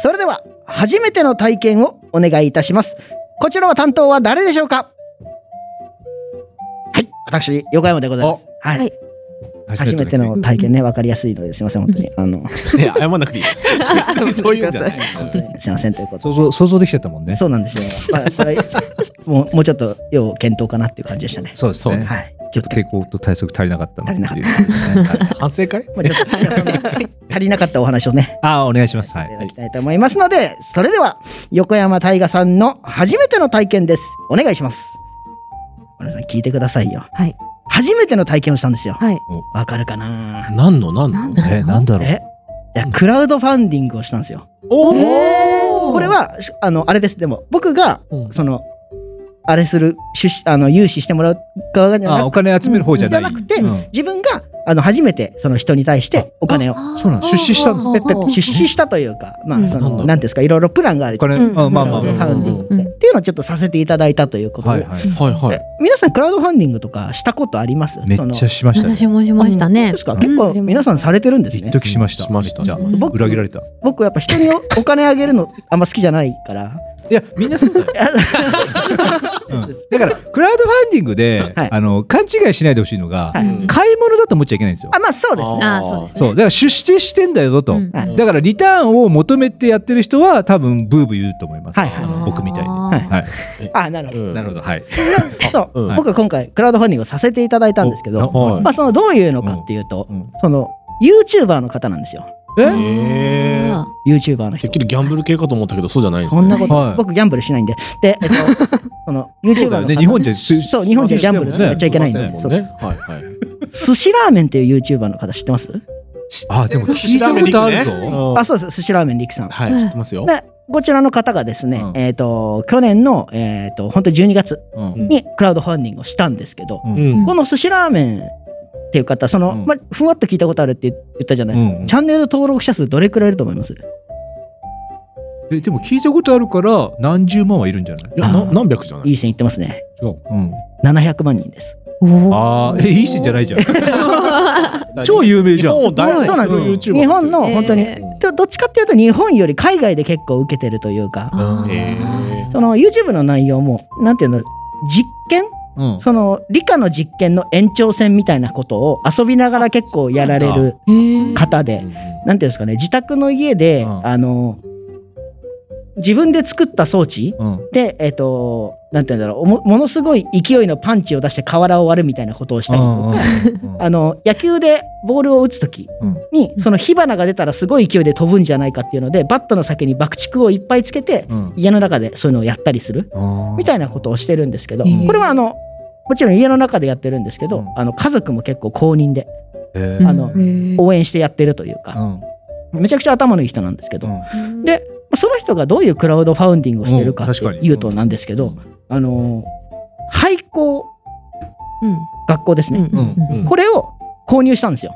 B: それでは初めての体験をお願いいたします。こちらは担当は誰でしょうか。はい、私横山でございます。はい。
G: はい
B: 初めての体験ね、わかりやすいのですいません、本当に。あの、
E: ね謝んなくていい。別にそういうんじゃない。
B: すいませんということで
C: 想像想像できちゃったもんね。
B: そうなんですよ。まあ、これもうもうちょっと要検討かなっていう感じでしたね。
C: そうですね。
B: はい。ちょっと
C: 抵抗と対策足りなかったなっていう。
E: 反省会
B: まあ、ちょっといやそんな 足りなかったお話をね、
C: ああお願いします。はいい。
B: ただきたいと思いますので、それでは横山大河さんの初めての体験です。お願いします。皆さん聞いてくださいよ。
G: はい。
B: 初めての体験をしたんですよ。
G: はい。
B: わかるかな。
E: 何の何
G: なん
E: の
G: だろう
C: えなんだろう。
B: え、いやクラウドファンディングをしたんですよ。
G: お
B: これはしあのあれです。でも僕が
E: うん
B: そのあれする出資あの融資してもらう側じゃなく
C: あお金集める方じゃ
B: じゃ
C: な
B: ないく。て、
C: うん
B: 自分があの初めてその人に対してお金を
C: そうなんです出資したんです
B: ペッペッ出資したというか、まあ
G: うん
B: そ
E: なんだろ
B: のなん
E: う
B: ていうんですかいろいろプランがある
C: お金。
G: うん
C: あまあまあ
B: クラウドフ
C: まあ。
B: ァンディングってっていうのをちょっとさせていただいたということ
C: はい
B: で、
C: はい。
E: はい はい。
B: 皆さんクラウドファンディングとかしたことあります
C: めっ
B: その
C: ちゃしましたね。
D: 私もしました
B: そう
D: ね
B: ですか
C: うん
B: 結構皆さんされてるんです
C: 一
B: ね
C: 時しました。
E: しました
C: じゃ
D: うん
B: 僕
C: 裏切られた。
B: 僕やっぱ人におお金あげるのあんま好きじゃないから
C: いやみんなそうだよ。だからクラウドファンディングで、
B: はい
C: あの勘違いしないでほしいのが、
B: はい
E: うん
C: 買い物だと思っちゃいけないんですよ
B: あ。まあそうですね
D: ああそうですね
C: そうだから出資してんだよと、
D: うん
B: はい
C: だからリターンを求めてやってる人は多分ブーブー言うと思います、
B: はいはい
C: 僕みたいに。は
B: はい
C: い、
B: あなるほど
E: うん
C: なるほどはい。
B: そう、
E: うん
B: 僕は今回クラウドファンディングをさせていただいたんですけど、
C: お
E: はい
B: まあ、そのどういうのかっていうと、
C: うん
B: その YouTuber の方なんですよ
C: え
E: えー
B: YouTuber の
E: て
B: 人
E: っきりギャンブル系かと思ったけど、そうじゃないんです
B: そ
E: ね
B: んなこと、
C: はい
B: 僕ギャンブルしないんでで、えっと、 その YouTuber
C: そ
B: の
C: うだ
B: 方
C: よ
B: の
C: ね日本じゃす
B: そう日本人はギャンブル
C: しません
B: やっちゃいけないん
E: ね
B: で、
E: も
B: そ
E: ん
B: う
E: ね。はいはい。
B: 寿司ラーメンっていう YouTuber の方知ってます
C: あでも聞いたことあるぞ。
B: あそうです寿司ラーメンりきさん
E: はい、知ってますよ。
B: でこちらの方がですね、
C: うん
B: えっ、と去年のえっ、と本当に12月
C: うん
B: にクラウドファンディングをしたんですけど、
E: うん。
B: この寿司ラーメンっていう方その、
C: うん
B: まあ、ふわっと聞いたことあるって言ったじゃないですか、
C: うん
B: チャンネル登録者数どれくらいいると思います
C: えでも聞いたことあるから何十万はいるんじゃない
E: いや、な何百じゃない
B: いい線いってますね
C: うん、
B: 700万人です
C: あーえいい線じゃないじゃん
E: い
C: 超有名
E: 日
C: じゃん
E: 本を代
B: そうなん
E: 表
B: です
E: する YouTuber。
B: 日本の本当に、
D: え
B: どどっちかっていうと日本より海外で結構受けてるというか
D: あー
E: えー
B: その YouTube の内容もなんていうの実験
C: うん
B: その理科の実験の延長線みたいなことを遊びながら結構やられる方でなんていうんですかね自宅の家で、
C: うん
B: あの自分で作った装置
C: うん
B: でえっ、となんていうんだろうもものすごい勢いのパンチを出して瓦を割るみたいなことをしたりとか。あの野球でボールを打つ時に、その火花が出たらすごい勢いで飛ぶんじゃないかっていうのでバットの先に爆竹をいっぱいつけて
C: うん
B: 家の中でそういうのをやったりするみたいなことをしてるんですけど、
D: うん
B: これはあのもちろん家の中でやってるんですけど、
C: うん
B: あの家族も結構公認で
C: え
B: あの応援してやってるというか、
C: うん
B: めちゃくちゃ頭のいい人なんですけど、
C: うん
B: でその人がどういうクラウドファウンディングをしてるか
C: うん
B: って
C: 確かに
B: いうとなんですけど、あの廃校学校ですね、
E: うん
B: これを購入したんですよ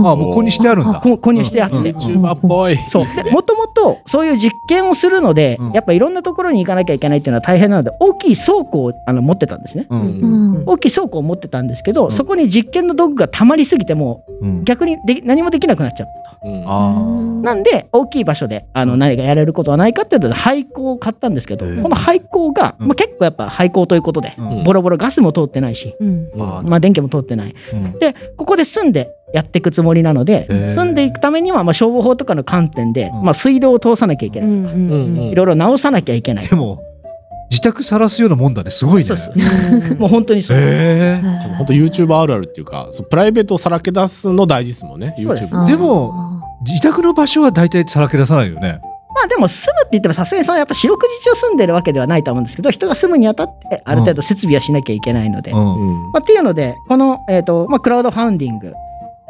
C: あもうここにしてあるんだ
B: こ購入してあって。
C: うんうん
E: YouTuber っぽい。
B: そうもともとそういう実験をするので、
C: うん
B: やっぱいろんなところに行かなきゃいけないっていうのは大変なので大きい倉庫をあの持ってたんですね
C: うん
B: 大きい倉庫を持ってたんですけど、
C: うん
B: そこに実験の道具が溜まりすぎてもう
C: うん
B: 逆にで何もできなくなっちゃった
E: うん
C: あ
B: なんで大きい場所であの何かやれることはないかっていうので廃校を買ったんですけど、
C: へえ
B: この廃校が、
C: うん
B: まあ、結構やっぱ廃校ということで、
C: うん
B: ボロボロガスも通ってないし、
C: あ
B: まあ、電気も通ってない
C: うん
B: でここで住んでやっていくつもりなので、
C: へー
B: 住んでいくためには、まあ、消防法とかの観点で、
C: うん
B: まあ、水道を通さなきゃいけ
G: う
B: ない、
G: んうんうん
B: いろいろ直さなきゃいけない
C: で。も自宅さらすようなもんだねすごいね
B: そうそうもう本当にそう、
C: へえ
E: 本当 YouTuber あるあるっていうかそうプライベートをさらけ出すの大事ですもんね
B: そうです
E: YouTube
C: でも自宅の場所は大体さらけ出さないよね
B: まあでも住むって言ってもさすがにそのやっぱ四六時中住んでるわけではないと思うんですけど人が住むにあたってある程度設備はしなきゃいけないので、
C: う
B: ま
C: ん
E: うん
B: あ、っていうのでこの、えーとまあ、クラウドファウンディング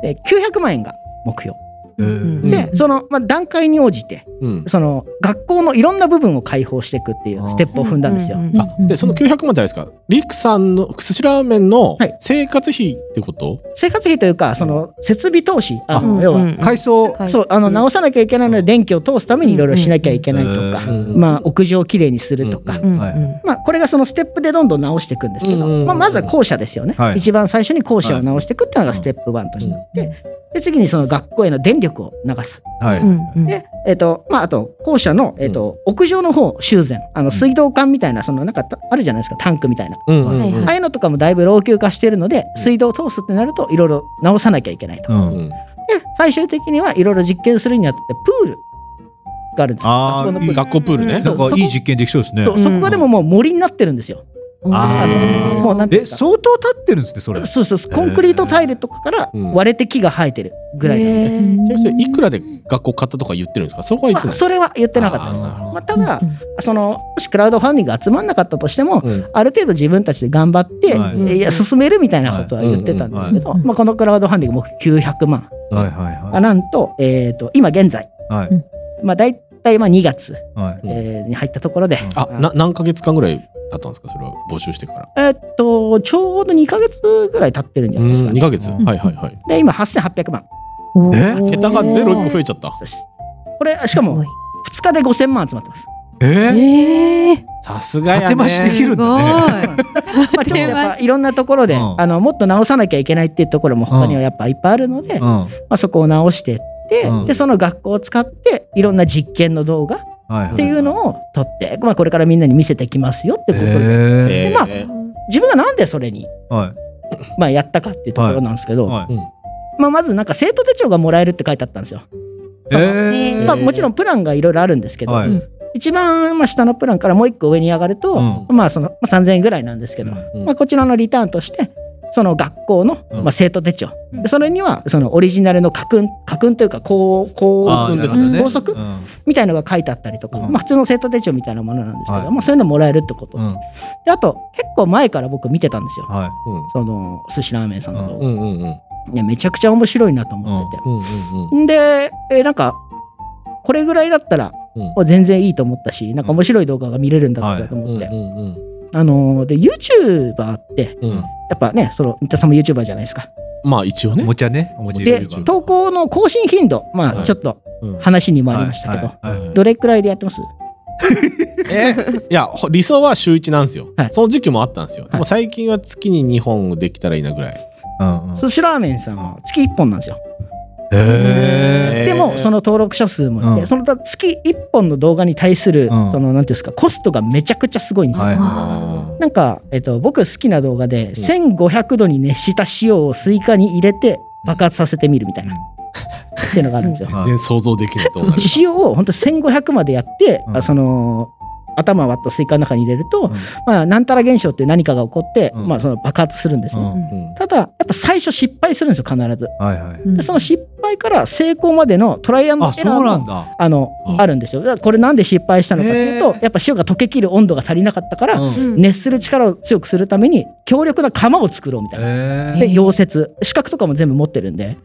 B: で900万円が目標
C: うん
E: うん
B: で、その、まあ、段階に応じて
E: うん
B: その学校のいろんな部分を開放していくっていうステップを踏んだんですよ。
E: あでその900万ってあれですかリクさんの寿司ラーメンの
B: はい
E: 生活費ってこと
B: 生活費というかその設備投資あ
G: うん
B: の要は
C: 改装
B: そうあの直さなきゃいけないので電気を通すためにいろいろしなきゃいけないと
C: うん
B: か、
E: うん
B: まあ、屋上をきれいにするとか、
G: うん
C: はい
G: うん
B: まあ、これがそのステップでどんどん直していくんですけど、
E: うん
B: まあ、まずは校舎ですよね、
C: はい
B: 一番最初に校舎を直していくっていうのがステップ1としてあって、で次にその学校への電力を流す。
C: はい
G: うんうん
B: で、えっとまあ、あと校舎の、えっと屋上の方修繕あの水道管みたいなそのなんかたあるじゃないですかタンクみたいな。
E: うんうん
G: はいはい
B: ああいうのとかもだいぶ老朽化してるので水道を通すってなるといろいろ直さなきゃいけないと。
C: う
E: うんん
B: で最終的にはいろいろ実験するにあたってプールがあるんですよ
C: あー
B: 学校のプール
E: 学校プールね
C: なんかいい実験できそうですね
B: そうそこがでももう森になってるんですよ。
C: あ
E: ー
B: のもうなんていうん
C: え
B: ですか
C: 相当立ってるんですねそれ
B: そうそうそうコンクリートタイルとかから
E: うん
B: 割れて木が生えてるぐらいなので、
E: ちなみにそれいくらで学校買ったとか言ってるんですかそこは言って
B: まあ、
E: ない
B: それは言ってなかったです。
E: あーなるほ
B: ま
E: ど
B: あ、ただそのもしクラウドファンディングが集まんなかったとしても
E: うん
B: ある程度自分たちで頑張って、
C: はい
B: いや進めるみたいなことは言ってたんですけど、
D: はい
B: まあ、このクラウドファンディング目標900万
C: はいは
B: がなんと,、えー、と今現在、
C: いはい
B: まあ、大体まあ2月、
C: はいはい
B: えーに入ったところで、
E: あな何ヶ月間ぐらい経ったんですかそれは募集してから
B: えーっとちょうど2か月ぐらい経ってるんじゃ
E: う
B: ないです
E: ん
B: か、
E: 2ヶ月
C: う
E: は
C: ん
E: いはいはい
B: で今8800万
C: え
E: 桁がゼロ1個増えちゃった
B: ですこれしかも2日で5000万集まってます。
C: えー
D: ええ
E: さすが
C: 立
E: やね
C: てましできるんだね
D: ね
B: まあ、ちょっとやっぱいろんなところで、
C: うん
B: あのもっと直さなきゃいけないっていうところも他に
C: う
B: は
C: ん
B: やっぱいっぱいあるので、
C: う
B: ま
C: んは
B: あ、そこを直してって、
C: うん
B: でその学校を使っていろんな実験の動画っ
C: いはい
B: ていうのを撮って、まあ、これからみんなに見せてきますよってことで、
C: え
E: えー
B: まあ自分がなんでそれに、
C: ーはい
B: まあ、やったかっていうところなんですけど、
C: はい
B: まあ、まずなんか生徒手帳がもらえるって書いてあったんですよ。
C: えー
E: え
B: まあ、もちろんプランがいろいろあるんですけど、
C: はい
B: 一番まあ下のプランからもう一個上に上がると、
C: うん
B: まあそのまあ、3000円ぐらいなんですけど、
E: うん
B: まあ、こちらのリターンとしてその学校の、
C: うん
B: まあ、生徒手帳、
D: うん
B: でそれにはそのオリジナルの家訓家訓というかこうこう
E: あー
C: ですね
B: 法則
C: うん
B: みたいのが書いてあったりとか、
C: うん
B: まあ、普通の生徒手帳みたいなものなんですけど、
C: はい
B: まあ、そういうのもらえるってこと、
C: うん
B: であと結構前から僕見てたんですよ、
C: はい
E: うん
B: その寿司ラーメンさんの動画、
E: うんうんうんうん
B: ねめちゃくちゃ面白いなと思ってて、
E: うん
B: んで、えーなんかこれぐらいだったら
E: うん
B: もう全然いいと思ったしなんか面白い動画が見れるんだろうなと
E: う
B: 思
E: ん
B: って、
E: うん
B: あのーで YouTuber って
E: うんうん
B: やっぱねその新田さんも YouTuber じゃないですか
E: まあ一応
C: お
E: ね
C: もちゃねおもちゃ
B: で
E: YouTuber
B: 投稿の更新頻度ま
E: は
B: あ
E: い
B: ちょっと
E: うん
B: 話にもありましたけど、
C: はいはいはい
B: どれくらいでやってます
E: えいやほ理想は週1なんですよ、
B: はい
E: その時期もあったんですよ、
B: い
E: でも最近は月に2本できたらいいなぐらい
C: うんうん
B: 寿司ラーメンさんは月1本なんですよ
C: へえ
E: え
B: で
E: ー
B: もその登録者数もいて、
C: うん
B: その月1本の動画に対する、
C: うん
B: そのなんていうんですかコストがめちゃくちゃすごいんですよ、
C: はい
E: あ
B: なんか、えっと、僕好きな動画で、1500度に熱した塩をスイカに入れて爆発させてみるみたいな、っていうのがあるんですよ。
C: はい
E: 全然想像できないと思う
B: 塩を本当1500までやって、
C: うん
B: あその頭割ったスイカの中に入れると、
C: うん
B: まあ、なんたら現象っていう何かが起こって、
C: うん
B: まあ、その爆発するんですね。
C: うん
E: うん
B: ただやっぱ最初失敗するんですよ必ず
C: はいはい
B: でその失敗から成功までのトライアンド
C: あ
B: エラ
C: そ
B: ー
C: うな
B: も
C: んだ
B: あの
E: あ
B: あるんですよだからこれなんで失敗したのかっていうと、
C: へー
B: やっぱ塩が溶けきる温度が足りなかったから、
C: うん
B: 熱する力を強くするために強力な釜を作ろうみたいな。
C: へー
B: で溶接資格とかも全部持ってるんで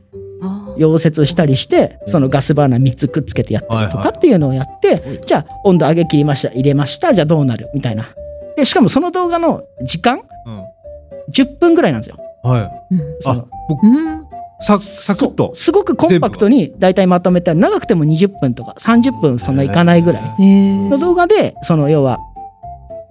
B: 溶接したりしてそのガスバーナー3つくっつけてやったりと
C: はい
B: か
C: はい
B: っていうのをやって、
E: ごいな
B: じゃあ温度上げ切りました入れましたじゃあどうなるみたいなでしかもその動画の時間
C: うん
B: 10分ぐらいなんですよ
C: はい
B: そ
C: あ
B: の
C: 僕
D: うん
C: ササクッと
B: すごくコンパクトに大体まとめたら長くても20分とか30分そんないかないぐらい
D: ええ
B: の動画でその要は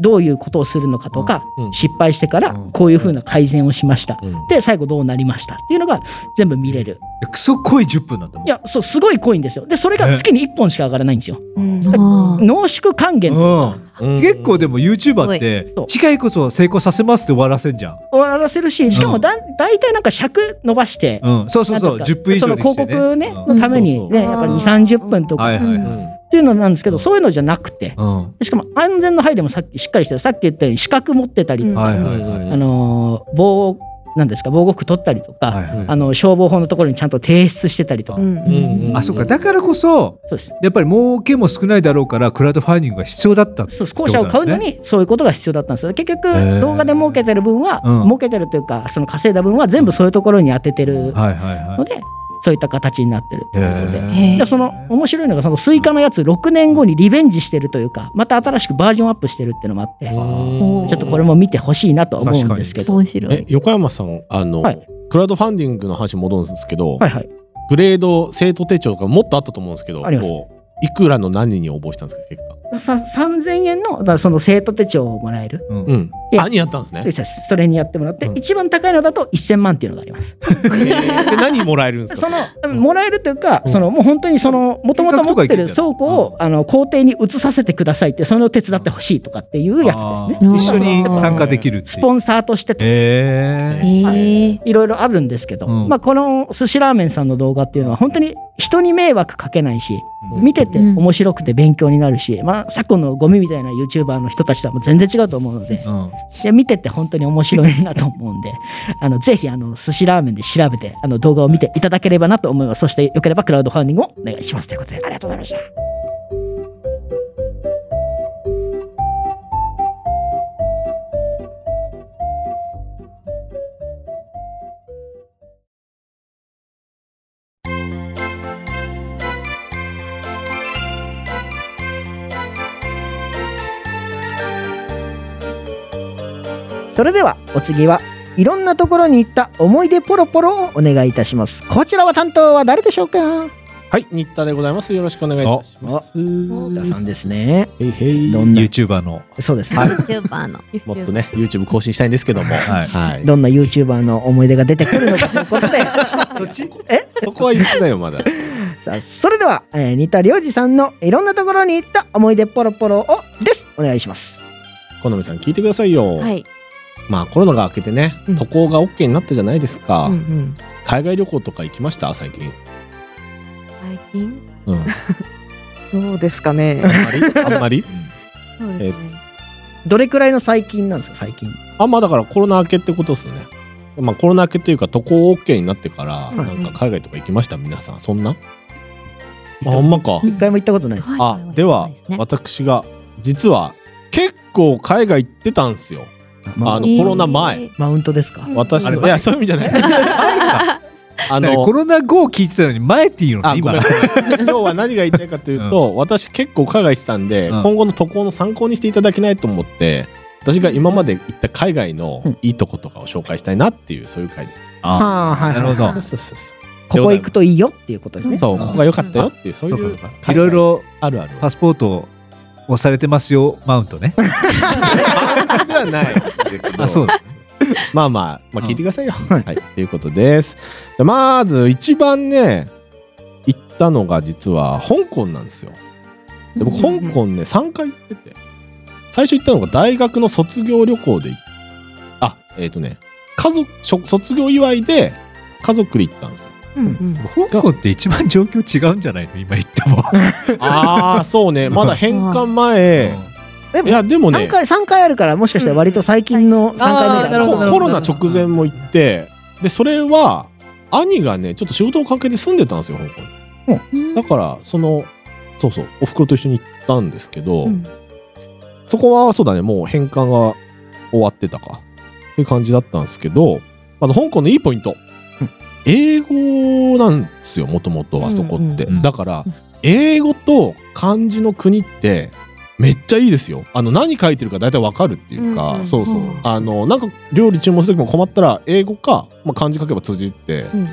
B: どういうことをするのかとか、
C: うん
B: 失敗してから
C: うん
B: こういうふうな改善をしました、
C: うん
B: で最後どうなりましたっていうのが全部見れる
C: クソ濃い10分だったもん
B: いやそうすごい濃いんですよでそれが月に1本しか上がらないんですよ
G: うん
D: あー
B: 濃縮還元終
C: うん、結構でも YouTuber って
B: そう
C: 次回こそ成功させますって終わらせんじゃん、
B: わらせるししかもだ大体なんか尺伸ばして、
C: うん、そうそうそう
B: なんてい
C: 10
B: んで
C: 分以
B: すか
C: 上
B: その
C: でき
B: 広
C: て、ね、
B: 告ね
C: うん
B: のためにね
G: そうそう
B: やっぱり2 3 0分とか
C: はいはい、
G: う
B: っ
G: ん
B: ていうのなんですけど、
C: うん
B: そういうのじゃなくて
C: うん
B: しかも安全の配慮もさっきしっかりしてるさっき言ったように資格持ってたりとか、
C: はいはいはい
B: あのー防なんですか防護服取ったりとか、
C: はいはい
B: あの消防法のところにちゃんと提出してたりとか、
G: うん
C: あそうかだからこそ
B: そうです
C: やっぱり儲けも少ないだろうからクラウドファンディングが必要だったんです
B: そうです校舎を買うのにそういうことが必要だったんですよ結局
C: ー
B: 動画で儲けてる分は、
C: うん
B: 儲けてるというかその稼いだ分は全部そういうところに当ててる
C: はいはいは
B: ので、そういった形になってるということで。
D: へ
B: でその面白いのがそのスイカのやつ6年後にリベンジしてるというかまた新しくバージョンアップしてるっていうのもあってちょ
D: おー
B: っとこれも見てほしいなとは思うんですけど
D: 面白
E: え
D: い。
E: 横山さんあの、
B: はい
E: クラウドファンディングの話戻るんですけど、
B: はいはい
E: グレード生徒手帳とかもっとあったと思うんですけど
B: あります
E: こういくらの何に応募したんですか結果
B: さ3000円のだからその生徒手帳をもらえる
C: い、うん
E: うん
B: いや
E: 何やったんです
B: そう
E: ね
B: ですそれにやってもらって、
E: うん
B: 一番高いのだと1000万っていうのがあります
E: えーで何もらえるんです
B: そ
E: か
B: のもらえるというか、そのもう本当にそのもともと持ってる倉庫を、あの校庭に移させてくださいってそれを手伝ってほしいとかっていうやつで
C: あ
B: すね
C: ー一緒に参加できるってい
B: ス
C: う
B: ポンサーとしてと
C: へえ
D: へえ。
B: いろいろあるんですけど、
C: うん
B: まあ、この寿司ラーメンさんの動画っていうのは本当に人に迷惑かけないし
C: うん
B: 見てて面白くて勉強になるし、まあ、昨今のゴミみたいな YouTuber の人たちとはもう全然違うと思うので
C: うん
B: で見てて本当に面白いなと思うんで あのぜひあの寿司ラーメンで調べてあの動画を見ていただければなと思いますそしてよければクラウドファンディングをお願いしますということでありがとうございました。それではお次はいろんなところに行った思い出ポロポロをお願いいたしますこちらは担当は誰でしょうか
E: はい新田でございますよろしくお願いいたします
B: 田さんですね
E: へいへい
B: どんな
C: YouTuber の
B: そうですね、
D: YouTuber の。
E: もっとね YouTube 更新したいんですけども
C: はい
E: はい
B: どんな YouTuber の思い出が出てくるのかということ で
E: そこは言ってないよまだ
B: さあそれでは、えー、似たりょうじさんのいろんなところに行った思い出ポロポロをですお願いします
E: 好みさん聞いてくださいよ、
G: はい。
E: まあコロナが明けてね、
G: うん
E: 渡航が OK になったじゃないですか、
G: うんうん
E: 海外旅行とか行きました最近、
G: 最近
E: うん、 あん
G: どうですかね。
E: まりあんまり
G: そうですね
B: どれくらいの最近なんですか最近
E: あまあだからコロナ明けってことですねまあコロナ明けっていうか渡航 OK になってから、
B: うん
E: なんか海外とか行きました皆さんそんな、あほんまか、
B: 一回も行ったことないです
E: あでは私が実は結構海外行ってたんすよ
B: マ
E: あのコロナ前、
B: マウントですか
E: 私
C: あれ
E: のいやそういう意味じゃない あ
C: ねコロナ後を聞いてたのに前っていうの
E: あ
C: ね今
E: ごめん今日は何が言いたいかというと、私結構海外してたんで、
C: うん
E: 今後の渡航の参考にしていただけないと思って私が今まで行った海外のいいとことかを紹介したいなっていうそういう回です。
C: あ
B: ああはい
C: な
B: はい
C: るほど
E: そうそうそう
B: ここ行くといいよっていうことですね
E: そうここが良かったよっていうそうい
C: そう
E: う
C: かいろいろ
E: あるある。
C: パスポートをされてますよマウントね
E: ではないんだけど
C: あそうだね
E: まあまあまあ
C: うん
E: 聞いてくださいよ。
B: は
E: はいいということです。でまず一番ね行ったのが実は香港なんですよ。で僕香港ね3回行ってて最初行ったのが大学の卒業旅行で行っあえっ、とね家族しょ卒業祝いで家族で行ったんですよ
G: うんうん
C: 香港って一番状況違うんじゃないの今言っても
E: ああそうねまだ返還前
B: でも
E: いやでもね
B: 3回三回あるからもしかしたら割と最近の3回目
C: な
B: だ
C: る
B: ろ
C: ほど
E: コ
C: なる
E: コ
C: ほど
E: ロナ直前も行ってでそれは兄がねちょっと仕事の関係で住んでたんですよ香港にだからそのそうそうおふくろと一緒に行ったんですけど、
G: うん
E: そこはそうだねもう返還が終わってたかっていう感じだったんですけどあの香港のいいポイント、
B: うん
E: 英語なんですよもともとあそこって、
C: うんうん
E: だから
G: うん
E: 英語と漢字の国ってめっちゃいいですよあの何書いてるか大体わかるっていうか、
G: うんうん
E: そうそう、
G: うん
E: あのなんか料理注文する時も困ったら英語か、まあ、漢字書けば通じるって
G: うん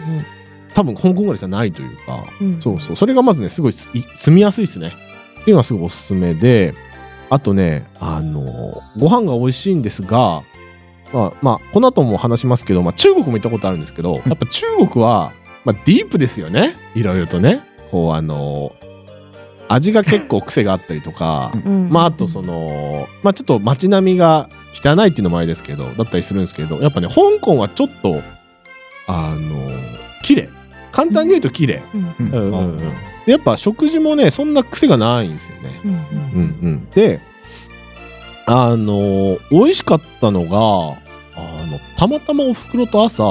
E: 多分香港ぐらいしかないというか
G: うんうん
E: そうそうそれがまずねすごいすい住みやすいですねっていうのはすごいおすすめであとねあのご飯が美味しいんですが、まあまあ、この後も話しますけど、まあ、中国も行ったことあるんですけどやっぱ中国は、まあ、ディープですよねいろいろとねこうあの味が結構癖があったりと か、まあ、あとその、まあ、ちょっと街並みが汚いっていうのもあれですけどだったりするんですけどやっぱね香港はちょっとあの綺麗簡単に言うと綺麗、
B: うん
E: うんうんうんでやっぱ食事もねそんな癖がないんですよね、うんうん、であの美味しかったのがあのたまたまおふくろと朝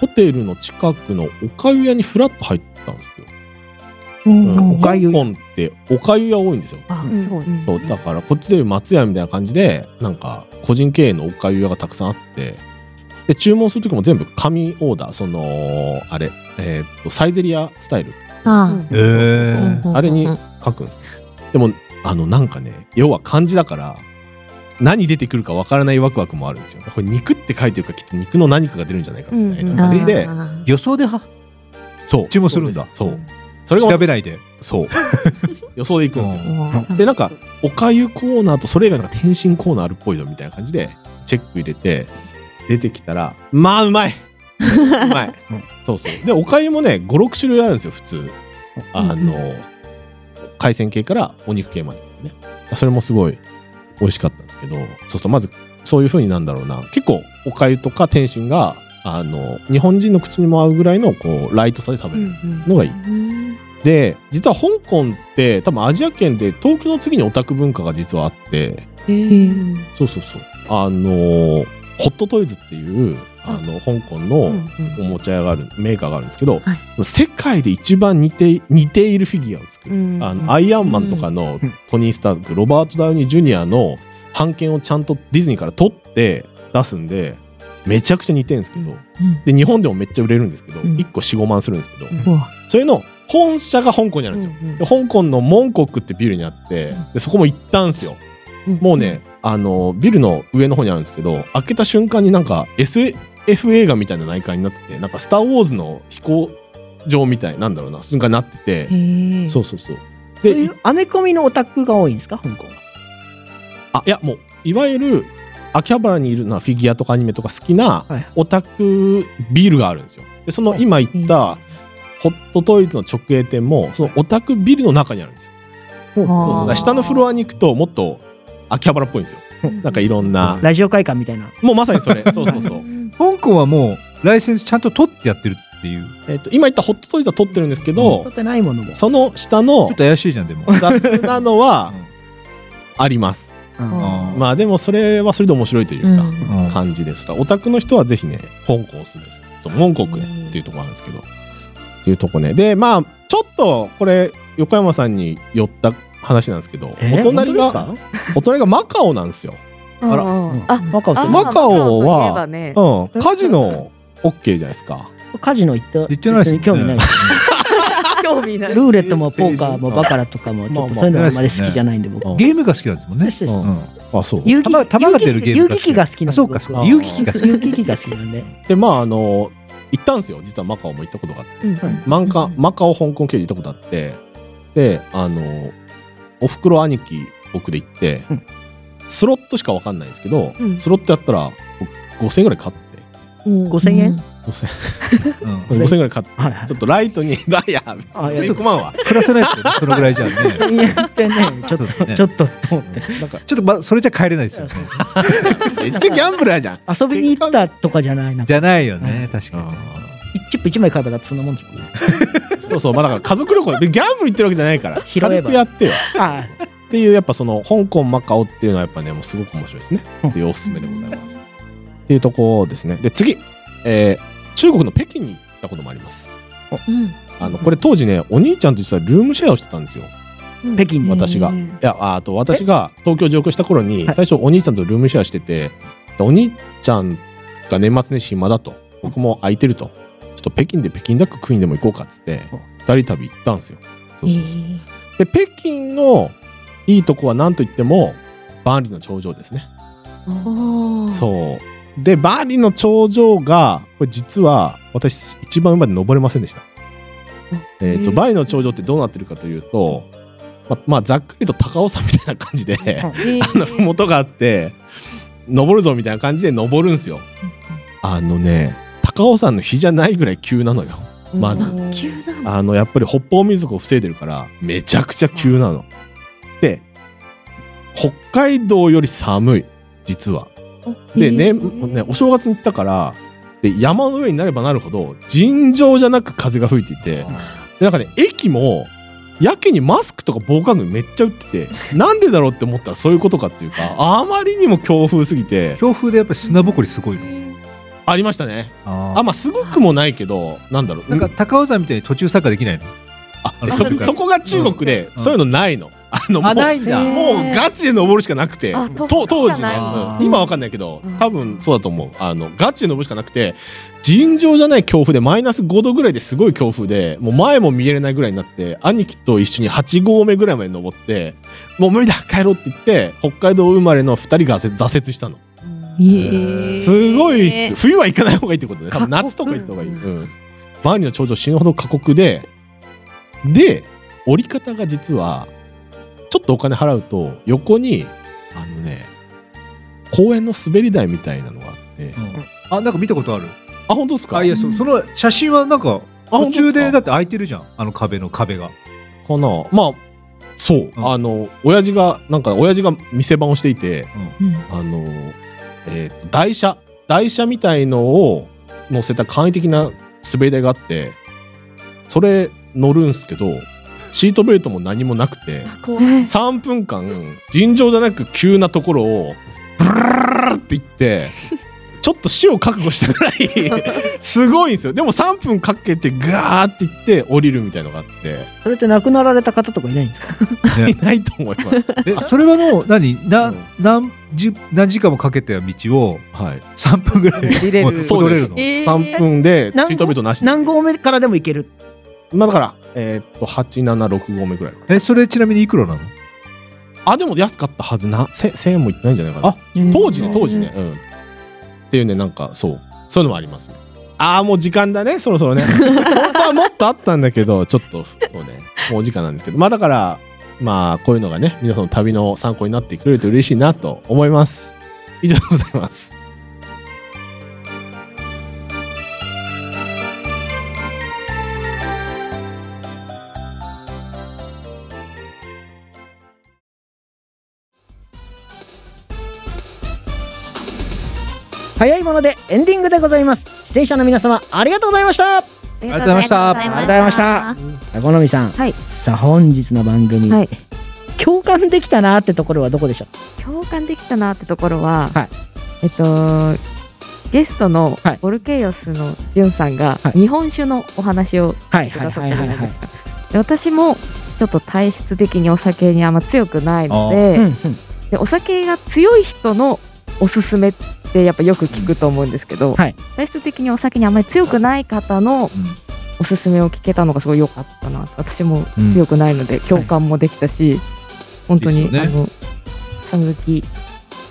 E: ホテルの近くのおかゆ屋にフラッと入ったんですよ、うん
B: おかゆ
E: 香港っておかゆ屋多いんですよ
G: あそうね
E: そうだからこっちでいう松屋みたいな感じでなんか個人経営のおかゆ屋がたくさんあってで注文する時も全部紙オーダーそのあれ、えーっとサイゼリアスタイル
D: あ
C: えー
E: あれに書くんですでもあのなんかね要は漢字だから何出てくるかわからないワクワクもあるんですよこれ肉って書いてるからきっと肉の何かが出るんじゃないかみたいな
G: うん
D: あ
E: 感じで、
D: ー
C: 予想では
E: そう
C: 注文するんだ
E: そうですそうそれ
C: 調
E: が
C: べないで。
E: そう予想でいくんですよ
D: うん
E: でなんかおかゆコーナーとそれ以外の天津コーナーあるっぽいぞみたいな感じでチェック入れて出てきたらまあうま いうまいそうそうでおかゆもね56種類あるんですよ普通あの海鮮系からお肉系までねそれもすごい美味しかったんですけどそうするとまずそういうふうになんだろうな結構おかゆとか天津があの日本人の口にも合うぐらいのこうライトさで食べれるのがいいで実は香港って多分アジア圏で東京の次にオタク文化が実はあってそうそうそうあのーホットトイズっていうあの香港のおもちゃ屋があるメーカーがあるんですけど、世界で一番似て似ているフィギュアを作る、あのアイアンマンとかのトニー・スターク、ロバート・ダウニー・ジュニアの版権をちゃんとディズニーから取って出すんでめちゃくちゃ似てるんですけど、で日本でもめっちゃ売れるんですけど、
D: ん
E: 1個45万するんですけど、
B: ん
D: うわ
E: それの本社が香港にあるんですよ。で香港のモンコクってビルにあってでそこも行ったんですよもうねあのビルの上の方にあるんですけど開けた瞬間になんか SF 映画みたいな内観になっててなんか「スター・ウォーズ」の飛行場みたいなんだろうな瞬間になってて
D: へ
E: そううそうそう
B: そうい
E: で
B: うアメコミのオタクが多いんですか香港は
E: あいやもういわゆる秋葉原にいるのはフィギュアとかアニメとか好きな
B: はい
E: オタクビルがあるんですよでその今言ったホットトイズの直営店もそのオタクビルの中にあるんですよそうそうだから下のフロアに行くともっと秋葉原っぽいんですよなんかいろんな
B: ラジオ会館みたいな
E: もうまさにそれそうそうそう
C: 香港はもうライセンスちゃんと取ってやってるっていう。ち
E: えっと今言ったホットトイズは取ってるんですけど、
B: 撮ってないものも
E: その下の
C: ょっと怪しいじゃんでも。
E: 雑なのはあります、
D: あ
E: まあでもそれはそれで面白いという
D: うん
E: か、
C: うん
E: 感じですオタクの人はぜひね香港おすすめですそうモンコクねっていうところなんですけどっていうとこねでまあちょっとこれ横山さんに寄った話なんですけど、お隣がお隣がマカオなんですよ
G: あら
B: あマカオって
E: マカオは
G: マカオといえばね
E: うん、カジノ OK じゃないですか。
B: カジノ行った
C: 行ってないです
B: 別
C: よ
B: に興味
C: ね
B: ないです
G: 興味ない
B: ルーレットもポーカーもバカラとかもちょっとそういうのがあんまり好きじゃないんで僕
E: うん
C: ゲームが好きなんですもんね。
E: う
C: うんん。
E: あそう
B: 遊戯
C: 玉玉が出るゲーム
B: 遊戯機が好きなんで
C: あそうかそうか
B: 僕
C: 遊戯機が好き
B: 遊戯機が好きなんで
E: でまああの行ったんですよ実はマカオも行ったことがあってマンカマカオ香港経由で行ったことあってであのおふくろ兄貴僕で行って、
B: うん
E: スロットしか分かんないんですけど、
G: うん
E: スロットやったら僕5000円ぐらい買って
B: 5000円
E: 5000 円
C: うん
B: ん
E: 5000円ぐらい買って
B: はいはい
E: ちょっとライトに ライヤー
B: あい
E: 別
B: や
E: に6万は
C: 暮らせないですよね。そのぐらいじゃんね。
B: 言ってねちょっと、
C: ね
B: ちょっとと思って
E: なんか
C: ちょっとまそれじゃ帰れないですよね。
E: めっちゃギャンブラーじゃ ん
B: 遊びに行ったとかじゃないなんか
C: じゃないよね確か
B: チップ1枚買えばだってそんなもんですもんね
E: そうそうまあだから家族旅行でギャンブル行ってるわけじゃないから
B: 拾えば
E: 軽くやってよ
B: あ
E: っていうやっぱその香港マカオっていうのはやっぱねもうすごく面白い ですねっていうおすすめでございますっていうとこですねで次、えー中国の北京に行ったこともありますあのこれ当時ねお兄ちゃんと実はルームシェアをしてたんですよい
B: 北京に
E: 私が
G: うん
E: やああと私が東京上京した頃に
B: はい
E: 最初お兄ちゃんとルームシェアしててでお兄ちゃんが年末年始暇だと僕も空いてるとちょっと北京で北京ダック食いにでも行こうかっつって
B: うん
E: 二人旅行ったんですよそうそうそうで北京のいいとこは何といっても万里の長城ですねそうで万里の長城がこれ実は私一番上まで登れませんでした、えー、と
G: へー
E: 万里の長城ってどうなってるかというとままあざっくりと高尾山みたいな感じで、
B: ん
E: あの麓があって登るぞみたいな感じで登るんすよあのね高尾山の日じゃないぐらい急なのよまず
D: 急なんだ。
E: あのやっぱり北方民族を防いでるからめちゃくちゃ急なので北海道より寒い実はで、ねね、お正月に行ったからで山の上になればなるほど尋常じゃなく風が吹いていてでなんかね駅もやけにマスクとか防寒具めっちゃ売って てなんでだろうって思ったらそういうことかっていうかあまりにも強風すぎて
C: 強風でやっぱり砂ぼこりすごいの。
E: ありましたねあ
C: あ
E: まあすごくもないけどなんだろう
C: なんか高尾山みたいに途中参加できないの
E: あそ
C: あるから
E: そこが中国で
C: うん
E: そういうのないの あのもう
C: いん
G: だへー
E: もうガチで登るしかなくて
G: あ
E: と
G: 当
E: 当
G: 時
E: 時
G: ない
E: ね、
C: うん
E: うん今わかんないけど
G: うん
E: 多分そうだと思うあのガチで登るしかなくて尋常じゃない強風でマイナス5度ぐらいですごい強風でもう前も見えれないぐらいになって兄貴と一緒に8合目ぐらいまで登ってもう無理だ帰ろうって言って北海道生まれの2人が挫挫折したのすごいっす冬は行かない方がいいってことね多分夏とか行った方がいい、うん、万里の長城死ぬほど過酷でで折り方が実はちょっとお金払うと横にあのね公園の滑り台みたいなのがあって
C: あなんか見たことある
E: あ本当ですか
C: あいやそその写真はなんか途
E: 本当
C: 中
E: っすか
C: でだって開いてるじゃんあの壁の壁が
E: かなまあそう、
C: うん
E: あの親父がなんか親父が店番をしていて、あの、えーと台車台車みたいのを乗せた簡易的な滑り台があってそれ乗るんすけどシートベルトも何もなくて
G: 怖
E: 3分間尋常じゃなく急なところをブルルルルルっていってちょっと死を覚悟したぐらいすごいんですよでも3分かけてガーっていって降りるみたいのがあっ
B: それって亡くなられた方とかいないんですか
E: ていないと思います。
C: えそれはもう何
E: う
C: なん何時何時間もかけた道を
E: はい、
C: 3分ぐらい
G: 入れ
C: もう
G: る
E: そう
C: 踊れるの
G: えー
E: 3分でシ
B: 何
E: ートベルトなしで
B: 何合目からでも行ける
E: まあだから、えーっと、8、7、6合目ぐらいかな。
C: えそれちなみにいくらなの
E: あ、でも安かったはずな。せ1000円もいってないんじゃないかな。
C: あ
E: 当時ね、当時ね。うん。っていうね、なんか、そう。そういうのもありますね。ああ、もう時間だね、そろそ ろね。本当はもっとあったんだけど、ちょっと、そうね、もうお時間なんですけど。まあだから、まあ、こういうのがね、皆さんの旅の参考になってくれると嬉しいなと思います。以上でございます。
B: 早いものでエンディングでございます出演者の皆様ありがとうございました
G: あり
C: がとうございました
B: ありがとうございました好みさん、
A: はい
B: さあ本日の番組、
G: はい
B: 共感できたなってところはどこでしょ
G: 共感できたなってところは、
B: はい
G: えっとゲストの
B: はい
G: ボルケイオスのジュンさんが
B: はい
G: 日本酒のお話を
B: うはい
G: く
B: はい
G: ださっ
B: は
G: た
B: い
G: じ
B: は
G: ゃ
B: い
G: ない
B: はい
G: ですか。で私もちょっと体質的にお酒にあんま強くないの
B: うんう
G: で
B: ん
G: でお酒が強い人のおすすめってやっぱよく聞くと思うんですけど、
B: はい
G: 体質的にお酒にあんまり強くない方
C: う
G: の
C: ん
G: おすすめを聞けたのがすごい良かったな私も強くないので共感もできたし、本当
C: いい
G: に
C: ですよ
G: あ
C: ね
G: の讃岐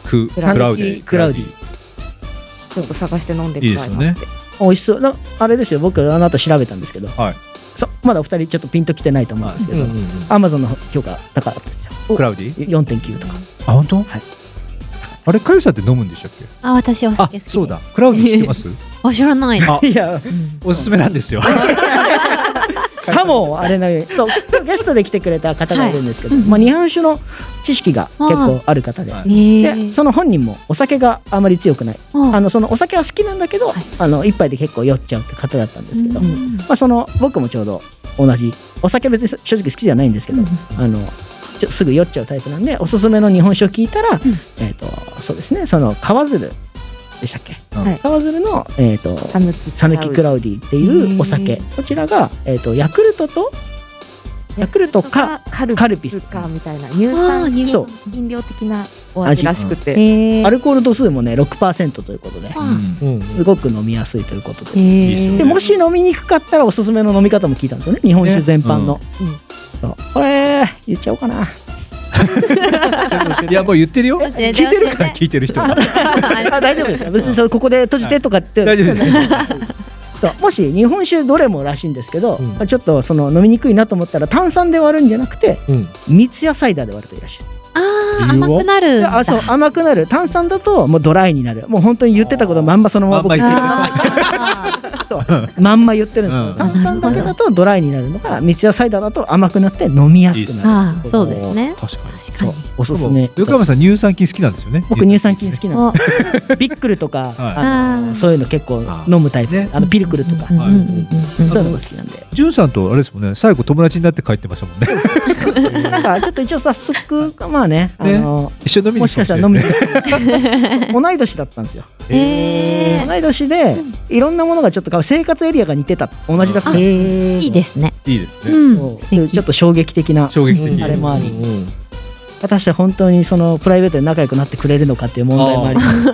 C: ク
G: クラウディ
C: クラウディ
B: クラウディ
G: ちょっと探して飲んでみたいなって
C: いい
B: 美味しそうなあれですよ僕あの後調べたんですけど、
C: はい
B: そうまだお二人ちょっとピンときてないと思うんですけど、アマゾンの評価高かったですよ
C: クラウディ
B: 4.9とか
C: あ本当
B: はい
C: あれかゆさんって飲むんでしたっけ
D: あ、私お
C: あ
D: 酒好きです。
C: そうだ。クラウディ知ってます
D: あ、知らない。
C: あ
B: いや
C: おすすめなんですよ
B: かもあれ のそう今日ゲストで来てくれた方がいるんですけど、
D: はいうん
B: まあ、日本酒の知識が結構ある方で
C: はい
D: え
B: でその本人もお酒があまり強くないあ
D: あ
B: のそのお酒は好きなんだけど、
D: はい
B: あの一杯で結構酔っちゃうって方だったんですけど、
D: うん
B: まあ、その僕もちょうど同じお酒別に正直好きじゃないんですけど、
D: うん
B: あのちょすぐ酔っちゃうタイプなんでおすすめの日本酒を聞いたら、えっとそうですねその川鶴でしたっけ、
C: うん
G: はい
B: 川鶴の、えっと
G: さぬき
B: さぬきクラウディっていうお酒、
D: へ
B: こちらが、えー、とヤクルトとヤクルトか
G: カル
B: カルピ
G: ピ
B: ス
G: スかみたいな乳
D: あー
G: 酸
D: 乳
B: そう
G: 飲料的なお味らしくて、
D: え
B: アルコール度数もね6%ということで
D: あ
C: うん
E: うん
B: すごく飲みやすいということで,、
C: いいっすよね
B: でもし飲みにくかったらおすすめの飲み方も聞いたんですよね日本酒全般の、そうこれ言っちゃおうか ない
C: やもう言ってるよ
D: え
C: 聞いてるから聞いてる人は
B: あ大丈夫ですよ別にそれここで閉じてとかって、
C: 大丈夫です
B: そうもし日本酒どれもらしいんですけど、
E: うん
B: まあちょっとその飲みにくいなと思ったら炭酸で割るんじゃなくて
E: うん
B: 三ツ矢サイダーで割るといいらしいです
D: あー
E: 理由は
D: 甘くなるん
B: で
D: だ
B: あそう甘くなる炭酸だともうドライになるもう本当に言ってたことまんまそのまま僕
C: まんま言って
D: あー
B: そうまんま言ってるんです
C: う
B: よ
C: ん
B: 炭酸だけだとドライになるのが三ツ矢サイダーだと甘くなって飲みやすくなる
D: あーそうですね
E: 確かに
D: 確かに
B: おすすめ
C: 横山さん乳酸菌好きなんですよね
B: 僕乳酸菌好きなの
D: お
B: ビックルと か、あの
D: あー
B: そういうの結構飲むタイプ
C: ね
B: あのピルクルとか、
D: うんうんうんうん
B: そういうのが好きなんで
C: 潤さんとあれですもんね最後友達になって帰ってましたもんね
B: なんかちょっと一応早速まあねあ
C: ね
B: の
C: 一緒に飲みに行き
B: もしか
C: ま
B: したら飲みに 行く同い年だったんですよ
D: へー
B: 同い年でいろんなものがちょっと変わ生活エリアが似てた同じだった
D: あいいですね
C: いいですね
D: う
B: そ
D: ん
B: う
D: 素
B: そういうちょ
D: 敵
B: っと衝撃的な
C: 衝撃的
B: あれもあり
E: うんうん
B: 果たして本当にそのプライベートで仲良くなってくれるのかっていう問題もあります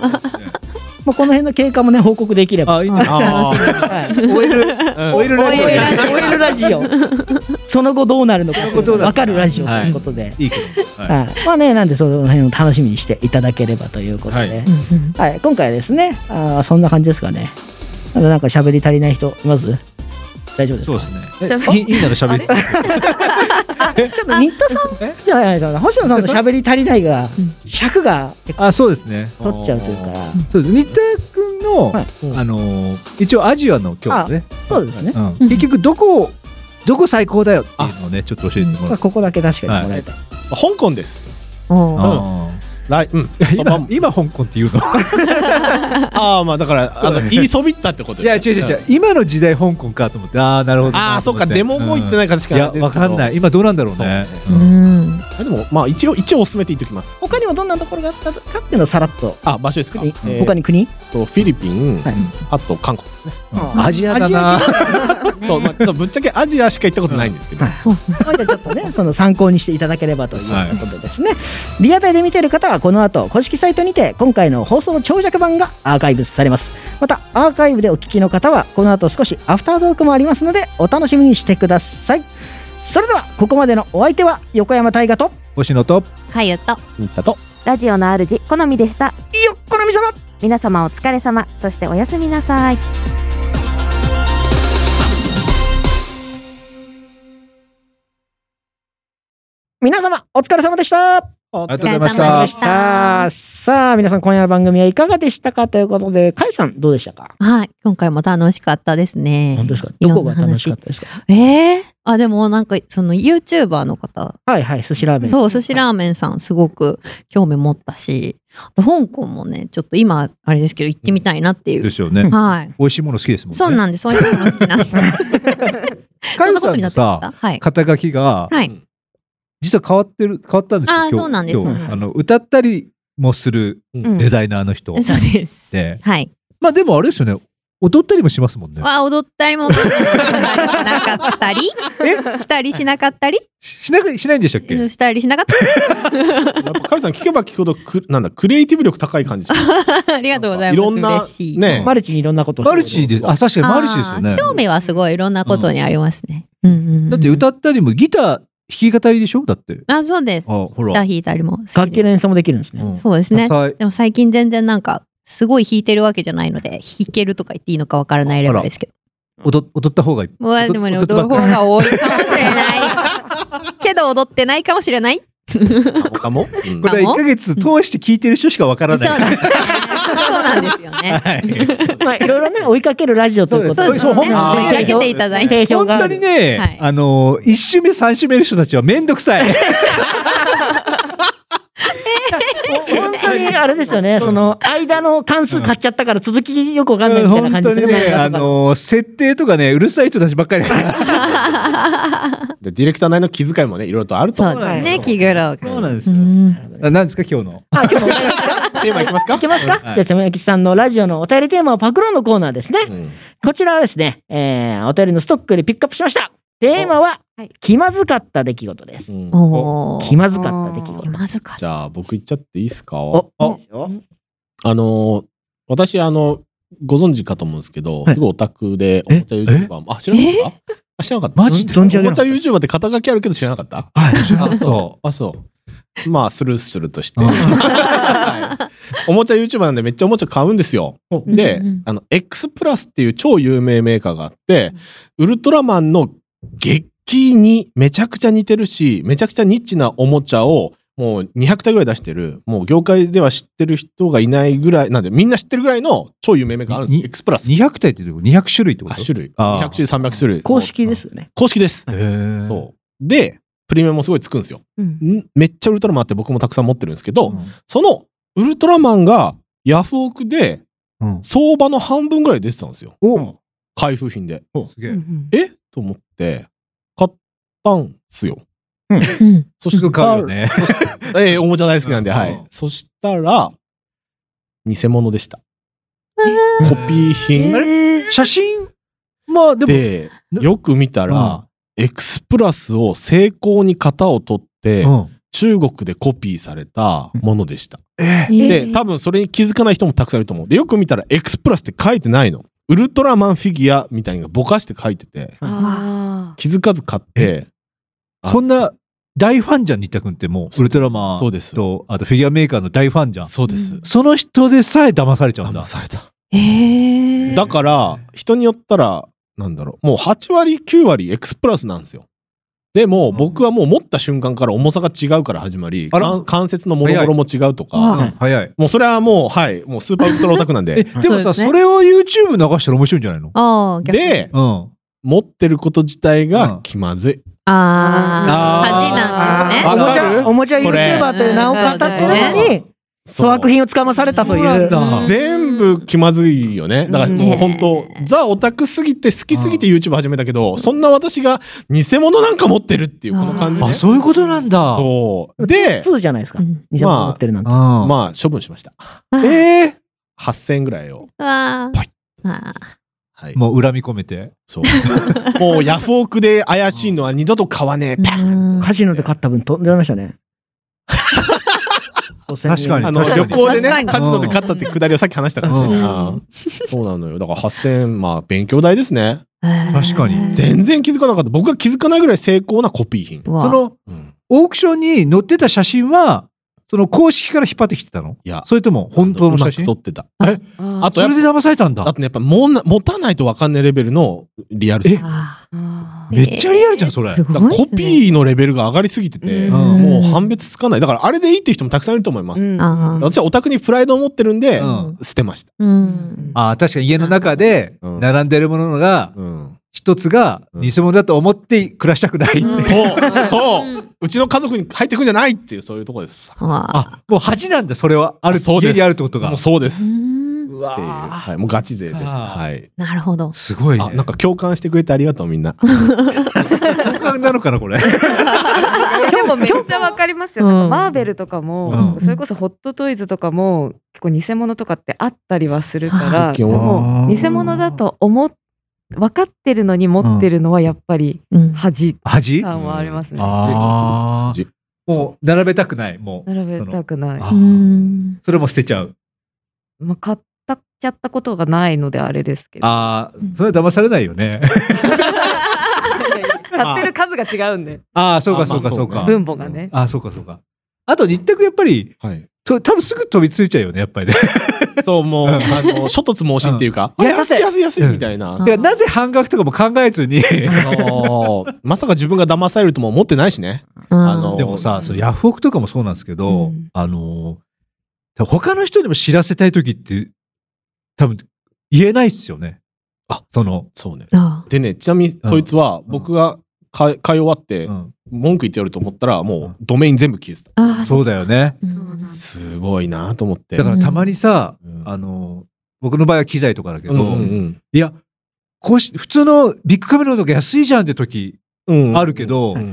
B: まあこの辺の経過もね報告できれば
C: あいいね
E: あー
B: はい
C: 終える
E: うん
C: 終えるラジオ
D: 終えるラジオ
B: 終えるラジオその後どうなるのかっていうのが分かるラジオということで、
C: いいけどはい
B: はい、まあねなんでその辺を楽しみにしていただければということで、は
C: は
B: いい
D: うんうん
B: 今回はですねあーそんな感じですかねまだなんか喋り足りない人います大丈夫です
C: そう
B: か
C: ですねえいいいいなら喋って
B: ちょっと新田さんじゃないかな星野さんの喋り足りないが尺が結構
C: あそうですね
B: 取っちゃうというから
C: そうです新田君の
B: はい
C: あのー一応アジアの今日ね
B: そうですね、
C: うん結局どこをどこ最高だよっていうのをねちょっと教えても
B: ま
C: ら
B: あ、
C: って
B: ここだけ確かにもらいたい、
E: 香港です
D: おー
C: あ
E: 来うん
C: ー
E: あま
C: 今今香港っていうの
E: あーまあだからあの言いそびったってこと
C: いや違う違う違う今の時代香港かと思ってああなるほど
E: ああそっかデモも行ってないいから確か
C: い
E: にあ
C: や
E: れですけど
C: わかんない今どうなんだろうね
E: そう
D: うんん
E: あでもまあ一応一応おすすめって言っておきます
B: 他にもどんなところがあったかっていうのをさらっと、
E: あ場所ですか、えー
B: 他に国、
E: とフィリピン、
B: はい
E: あと韓国
C: うんアジアだな
E: そう、まあ、ぶっちゃけアジアしか行ったことないんですけど、
B: はいまあじゃあちょっとねその参考にしていただければということですね、リアタイで見てる方はこの後公式サイトにて今回の放送長尺版がアーカイブされますまたアーカイブでお聞きの方はこの後少しアフタートークもありますのでお楽しみにしてくださいそれではここまでのお相手は横山大河と
C: 星野と
D: かゆと
E: 行ったと
A: ラジオの主好みでした
B: よっこのみ様
A: 皆様お疲れ様そしておやすみなさい
B: 皆様お疲れ様でした
E: あ
C: りがとうございました
D: お疲れ様で
B: さあさあ皆さん今夜の番組はいかがでしたかということで甲斐さんどうでしたか
D: はい今回も楽しかったですね
B: 本当ですか
D: い
B: ど
D: ろ
B: こ
D: んな
B: が
D: 話
B: 楽しかったですか
D: えー、あでもなんかその YouTuber の方
B: はいはい寿司ラーメン
D: そう寿司ラーメンさんすごく興味持ったしあと香港もねちょっと今あれですけど行ってみたいなっていう
C: で、すよね
D: はい
C: 美味しいもの好きですもんね
D: そうなんでそういうのも好きなんで
C: か
D: そん
C: ゆ
D: な
C: さ
D: こと
C: ん
D: に
C: の
D: なってました
C: さ
D: はい
C: 肩書きが
D: はい
C: 実は変わってる変わったんですよ
D: あー
C: 今日
D: そうなんです
C: 今日
D: そうなんです
C: あの歌ったりもする
A: うん
C: デザイナーの人
D: そうです
C: で
D: はい
C: まあでもあれですよね踊ったりもしますもんね
D: は踊ったりも しなかったりしたりしなかったり
C: ししなくしないんでしたっけ
D: したりしなかった
E: やっぱカイさん聞けば聞くほどくなんだクリエイティブ力高い感じします
D: りありがとうございます
E: いろんな
D: 嬉しい
E: ね
B: マルチにいろんなことを
C: マルチであ確かにマルチですよ
D: あ
C: ね
D: ー興味はすごいいろんなことにありますね、うんうんうん
C: だって歌ったりもギター弾き語りでしょだって
D: あそうです
C: あほ
D: ギター
C: ら
D: 弾いたりも好きで
B: 楽器の演奏もできるんですね、
C: うん
D: そうです
C: 多
D: ね
C: 彩
D: でも最近全然なんかすごい弾いてるわけじゃないので弾けるとか言っていいのかわからないレベルですけど
C: 踊踊った方がいい
D: もうでも
C: 踊
D: ね
C: っ
D: 踊
C: てば
D: る
C: っか
D: 方
C: り
D: が多いかもしれないけど踊ってないかもしれない
E: 他も、うん
C: これは1ヶ月通して聞いてる人しかわから
D: そう
C: ない
D: なんですそうなんですよね
C: はい
B: まあいろいろね追いかけるラジオということ
D: そ
C: そうで
D: うで
C: すす
D: ね
C: そう
D: 追
C: 本
D: い
C: 当に
D: かけていただい
B: 定
D: て
B: 評
C: 本
B: があ
C: 当
B: る
C: にね、
D: はい
C: あの1週目3週目の人たちはめんどくさい
B: 本当にあれですよねその間の関数買っちゃったから続きよくわかんないみたいな
C: 本
B: 感じ
C: 当
B: で
C: にねあの設定とかねうるさい人たちばっかりだから
E: でディレクター内の気遣いもねいろいろとあると
D: そ
E: 思
D: う
E: う
D: です
C: は
D: ね
C: い
D: 気苦労
C: そう
D: が
C: なんです
D: う
C: よ
D: ん
C: あなんですか今日の
B: あ今日も
E: テーマいきますか
B: いけますか、
C: はい
B: じゃあちゃめやきさんのラジオのお便りテーマをパクロンのコーナーですね、
E: うん
B: こちらはですね、えーお便りのストックにピックアップしましたテーマは
A: おはい
B: 気まずかった出来事です
E: うん
D: おお
B: 気まずかった出来事
D: 気まずかった
E: じゃあ僕行っちゃっていいですか
B: お
C: お
E: あのー私あのご存知かと思うんですけど、
B: はい
E: すぐオタクでおもちゃ YouTuber もあ知らなかったあ知らなかった
C: マジで
B: 存じ上
E: お
B: げ
E: も
B: な
E: ちゃ
B: かった
E: YouTuber って肩書きあるけど知らなかった
C: はい
E: あそうあそうまあスルーするとして、
C: うん
E: はいおもちゃ YouTuber なんでめっちゃおもちゃ買うんですよ。で、
D: うんうん
E: あの X プラスっていう超有名メーカーがあって、ウルトラマンの劇にめちゃくちゃ似てるしめちゃくちゃニッチなおもちゃをもう200体ぐらい出してるもう業界では知ってる人がいないぐらいなんでみんな知ってるぐらいの超有名メーカーあるんです
C: に
E: X プラス。
C: 200体ってどういうこと200種類ってこ
E: あ
C: と
E: 種類
C: あー
E: 200種類300種類
B: 公式ですよね。
E: 公式です、
C: へえ
E: そうでプレミアムもすごいつくんですよ
G: うん
E: んめっちゃウルトラマンあって僕もたくさん持ってるんですけど、そのウルトラマンがヤフオクで
C: うん
E: 相場の半分ぐらい出てたんですよ
C: お
E: 開封品です
C: げ
G: う
C: え
G: んうん
E: えと思って買ったんすよ
D: うん
C: そして買うよね
E: ええおもちゃ大好きなんで、
C: うん
E: は
C: うん
E: いそしたら偽物でしたコピー品
G: えー
C: 写真まあでも
E: でよく見たら、X プラスを成功に型を取って、
C: うん
E: 中国でコピーされたものでした、
C: え
E: で多分それに気づかない人もたくさんいると思うでよく見たら X プラスって書いてないのウルトラマンフィギュアみたいなのがぼかして書いてて
G: あ
E: 気づかず買って
C: ーそんな大ファンじゃん新田君ってもうウルトラマン
E: そうです
C: とあとフィギュアメーカーの大ファンじゃん
E: そうです
C: その人でさえ騙されちゃうんだ
E: 騙された
D: えー
E: だから人によったらなんだろうもう8割9割 X プラスなんですよでも
C: うん
E: 僕はもう持った瞬間から重さが違うから始まり
C: あら
E: 関関節のもろもろも違うと
C: うん
E: か
B: はい
C: 早い
E: もうそれはもうはいもうスーパーウルトラオタクなん
C: え
E: で
C: でも
D: そうで
C: さ
D: すね
C: それを YouTube 流したら面白いんじゃないの
D: ああ逆に
E: で
C: うん
E: 持ってること自体
C: う
E: が
C: ん
E: 気まずい
D: あ
C: あ
D: あ
C: ー
D: 恥なんです
B: あ
D: ね
B: お
E: わ
B: も
E: か
B: ち
E: る
B: ゃ、おもちゃ
E: これ
B: YouTuber という名を語ってる
D: そ
B: の
D: うで
B: に、粗悪品をつかまされたとい
C: そうなん
B: う。
C: だ
D: うん
E: 全部気まずいよねだからもう本当
D: ね
E: ザオタクすぎて好きすぎて YouTube 始めたけどそんな私が偽物なんか持ってるっていうこの感じ
C: あ
E: ね
C: そういうことなんだ
E: そうで
B: 2じゃないですか。
D: うん
B: 偽物持ってるなんて。
C: あ
E: まあ処分しました
D: あー
E: ええ8000円ぐらいを
D: あ
E: ポイ
D: ーあー
E: はい
C: もう恨み込めて
E: そう もうヤフオクで怪しいのは二度と買わねえパン
D: うん
B: カジノで勝った分飛んでましたね。
C: 確かに
E: あの
C: 確か
E: 旅
C: に
E: 行で
D: 確か
E: ね
D: に
E: カジノで買ったってくだりをさっき話したから
C: う
E: ね
C: ん
E: あーそうなのよだから8000円まあ勉強代ですね
C: 確かに
E: 全然気づかなかった僕が気づかないぐらい精巧なコピー品
D: うわ
C: その
E: うん
C: オークションに載ってた写真はその公式から引っ張ってきてたの
E: いや
C: それとも本当の写
E: うま
C: 真
E: く撮ってた
G: あ
E: あ
C: そ
E: とやっ
C: れ
E: ぱ
C: で騙されたんだ
E: あとねやっぱもんな持たないと分かんないレベルのリアルさ
D: あ
G: あ
D: ー
C: めっちゃリアルじゃんそれ
D: えーす
E: だか
D: ご
E: ら
D: い
E: コ
D: ー
E: ピーのレベルが上がりすぎてて、
G: うん
E: もう判別つかないだからあれでいいっていう人もたくさんいると思います、
G: うん
D: あー
E: 私はオタクにプライドを持ってるんで、
C: うん
E: 捨てました、
D: うん
C: あー確かに家の中で
E: うん
C: 並んでるものが
E: うん、
C: 一つが偽物だと思って暮らしたくないって、
G: う
E: そ
G: ん
E: うそううんうちの家族に入ってくんじゃないっていうそういうとこです
D: あ
C: あもう恥なんだそれはある
E: そう
C: 家
E: です
C: にあるってことが
E: もうそうで
D: ーう
E: すっ
D: ん
C: う
E: ていう、
C: わー
E: はい、もうガチ勢です
C: あー
E: はい
D: なるほど
C: すごいね
E: あなんか共感してくれてありがとうみんな
C: 共感なのかなこれ
G: ー でもめっちゃわかりますよ、
D: うん
G: なんかマーベルとかも、
D: うん
G: それこそホットトイズとかも結構偽物とかってあったりはするから
E: 最近
G: そ
E: は
G: の偽物だと思っ分かってるのに持ってるのはやっぱり
D: うん
G: 恥
C: 恥
G: 感はありますね、
C: あ
E: じ
C: あもう並べたくないもう
G: 並べたくない
C: そのあ
D: う
C: ー
D: ん
C: それも捨てちゃう
G: まあ、買ったちゃったことがないのであれですけど
C: ああそれは騙されないよね
G: 買ってる数が違うんで
C: ああそうかそう
E: あま
C: か
E: あ
C: そうか
E: そうね
G: 分母がね
C: ああそうかそうかあと日択やっぱり
E: はい
C: と多分すぐ飛びついちゃうよねやっぱりね
E: そうもうあの諸突猛進っていうか、
C: うん
E: あ安い安い安い
C: うん
E: みたいな、
C: てかなぜ半額とかも考えずに
E: あのーまさか自分が騙されるとも思ってないしねあの
C: でもさそれヤフオクとかもそうなんですけど、
G: うん
C: あのー他の人にも知らせたい時って多分言えないっすよね
E: あ
C: その、
E: そうね
D: あ
E: でねちなみにそいつは
C: ん
E: 僕が買い買い終わって
C: うん
E: 文句言ってやると思ったら
C: う
E: も
C: ん
E: うドメイン全部消えてた
D: あー
C: そうだよね
D: う
G: そうなん
D: ん
G: だ
E: すごいなと思って
C: だからたまにさ、
E: うん
C: あのー僕の場合は機材とかだけど、
E: うんうん
C: いやこうし普通のビッグカメラの時安いじゃんって時
E: うんうん
C: あるけど、
E: うん
G: う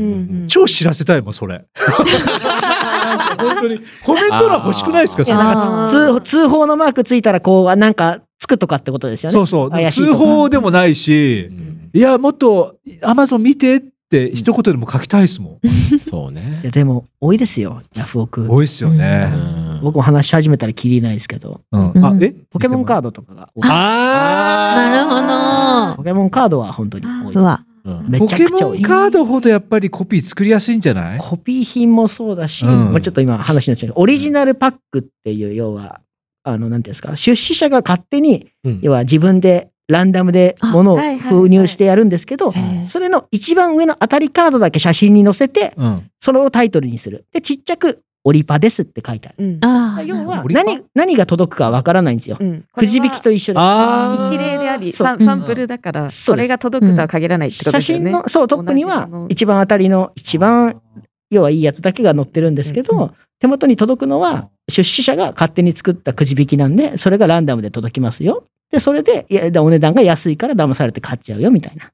G: ん
C: 超知らせたいもん それなんか本当にコメント欄欲しくないですか
E: あー
C: それ
D: いや
B: 通通報のマークついたら、こう、あなんか、つくとかってことですよね。
C: そうそう
B: 怪しいと
C: 通
B: か
C: 報でもないし、
E: うん
C: いや、もっと、アマゾン見てって、一言でも書きたいですもん。
E: そう
B: いや、
E: ね
B: でも、多いですよ、ヤフオク。
C: 多いっすよ
E: う
C: ね。
E: ん
B: 僕も話し始めたらきりないですけど、
C: うん。あ
D: う、ん
C: え
B: ポケモンカー
C: ド。
B: ドとかが多い
C: あ
D: なるほ
G: あ
D: ど
B: ポケモンカードは本当に多
G: う
D: う
B: い。
D: わ
E: うん
B: め
C: ポ
B: ちゃ
C: ケ
B: くちゃ
C: モ
B: 多
C: ン
B: い。
C: カードほどやっぱりコピー作りやすいんじゃない
B: コピー品もそうだし、
C: うん
B: まあちょっと今話になっちゃうけどオリジナルパックっていう、要は、あの、なんていうんですか、出資者が勝手に、
E: うん
B: 要は自分でランダムで物を
A: あはいはい
B: 購入してやるんですけど、
D: へえ
B: それの一番上の当たりカードだけ写真に載せて、
C: うん。
B: それをタイトルにする。で、ちっちゃく、オリパですって書いてある。
G: うん
D: ああ、
B: 要は
C: オリパ
B: 何、何が届くかわからないんですよ。
G: うん
B: くじ引きと一緒で。
C: ああ。
G: 一例であり
B: そう
G: サンサンプルだから
B: ん
G: それが届くとは限らないってこと
B: 写
G: ですよ
B: 真
G: ね
B: の、そう、トップに
G: 同
B: は
G: じもの
B: 一番当たりの、一番要はいいやつだけが載ってるんですけど、
D: うんう
B: 手元に届くのは出資者が勝手に作ったくじ引きなんでそれがランダムで届きますよでそれでいやお値段が安いから騙されて買っちゃうよみたいな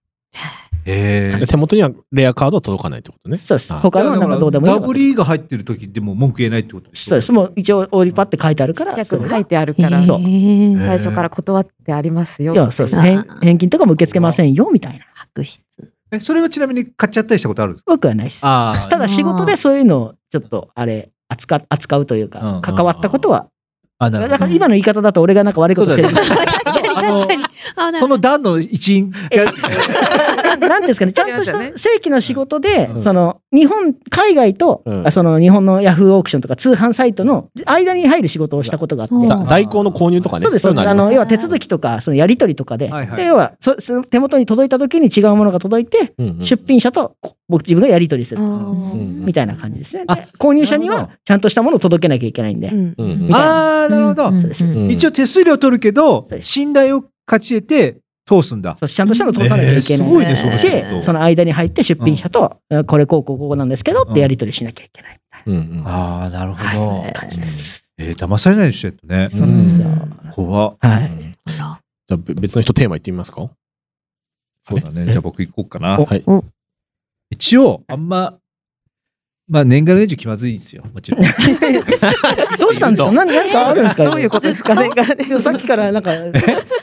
C: ええ
E: で手元にはレアカードは届かないってことね。
B: そうです
E: はい
B: 他のはなんかどうでもいい
C: ダ
B: のが
C: ブリーが入ってる時でも文句言えないってことしょ
B: そうですもう一応オリパって書いてあるから
G: ちっちゃ
B: それ
G: く
B: は
G: 書いてあるから
B: そう
D: へえ
G: 最初から断ってありますよ
B: いやそうです
D: あ
B: ね
D: ー
B: 返金とかも受け付けませんよみたいな
D: 白質。
C: えそれはちなみに買っちゃったりしたことあるんですか
B: 僕はないですた
C: ああ。
B: だ仕事でそういうのをちょっとあれ扱扱うという
C: うん
B: か関わったことは
C: あ、な
B: だ
C: るほ
B: か
C: ど
B: ら今の言い方だと俺がなんか悪いことしてる
C: そうだね
D: 確かに
C: あの
D: 確かに。あな
C: そ
D: る
C: の段の一員が。
B: なんなんていうんですかね、ちゃんとし
G: やりました
B: た正規の仕事で、
E: うん
B: その日本、海外と、
E: うん
B: あその日本のヤフーオークションとか通販サイトの間に入る仕事をしたことがあって、
D: うん
E: だ代行の購入とかね。
B: そうです、そうです。
E: い
B: あ
E: の
B: の
E: り
B: 要は手続きとか、そのやり取りとかで、
C: はいはい
B: で要はそその手元に届いた時に違うものが届いて、
E: ますうんうん
B: 出品者とこ僕自分がやり取りす
G: あ
B: る。
G: ー
E: うんうん
B: みたいな感じですね。
C: あ
B: で購入者に
C: なるほ
B: はちゃんとしたものを届けなきゃいけないんで、
G: うん
E: うんうん
D: みたい
C: ああ、なるほど。
B: そうですそうです
E: うん
C: 一応手数料取るけど
B: そう、です
C: 信頼を勝ち得て通すんだ。
B: そうちゃんとしたのを通さなきゃいけないんで、
D: えーすごいねその仕事
B: でその間に入って出品者と、あこれこうこうこうなんですけどってやり取りしなきゃいけないみたい
E: うんうん
C: ああ、なる
B: な、
C: ほ
B: はい
C: ど。
B: 感じです。
C: えー、騙されないでしょ、やっぱね。
B: そうなんですよ。
C: 怖っ
B: はい。
D: ほど。
E: じゃあべ別の人テーマ言ってみますか
C: そうだね。じゃあ僕行こうかな
B: お。
E: はい
D: お
C: 一応、あんま、まあ年がら年中気まずいんですよ。もちろん。
B: どうしたんですか何何かあるんですか
G: どういうことですかね
B: でもさっきからなんか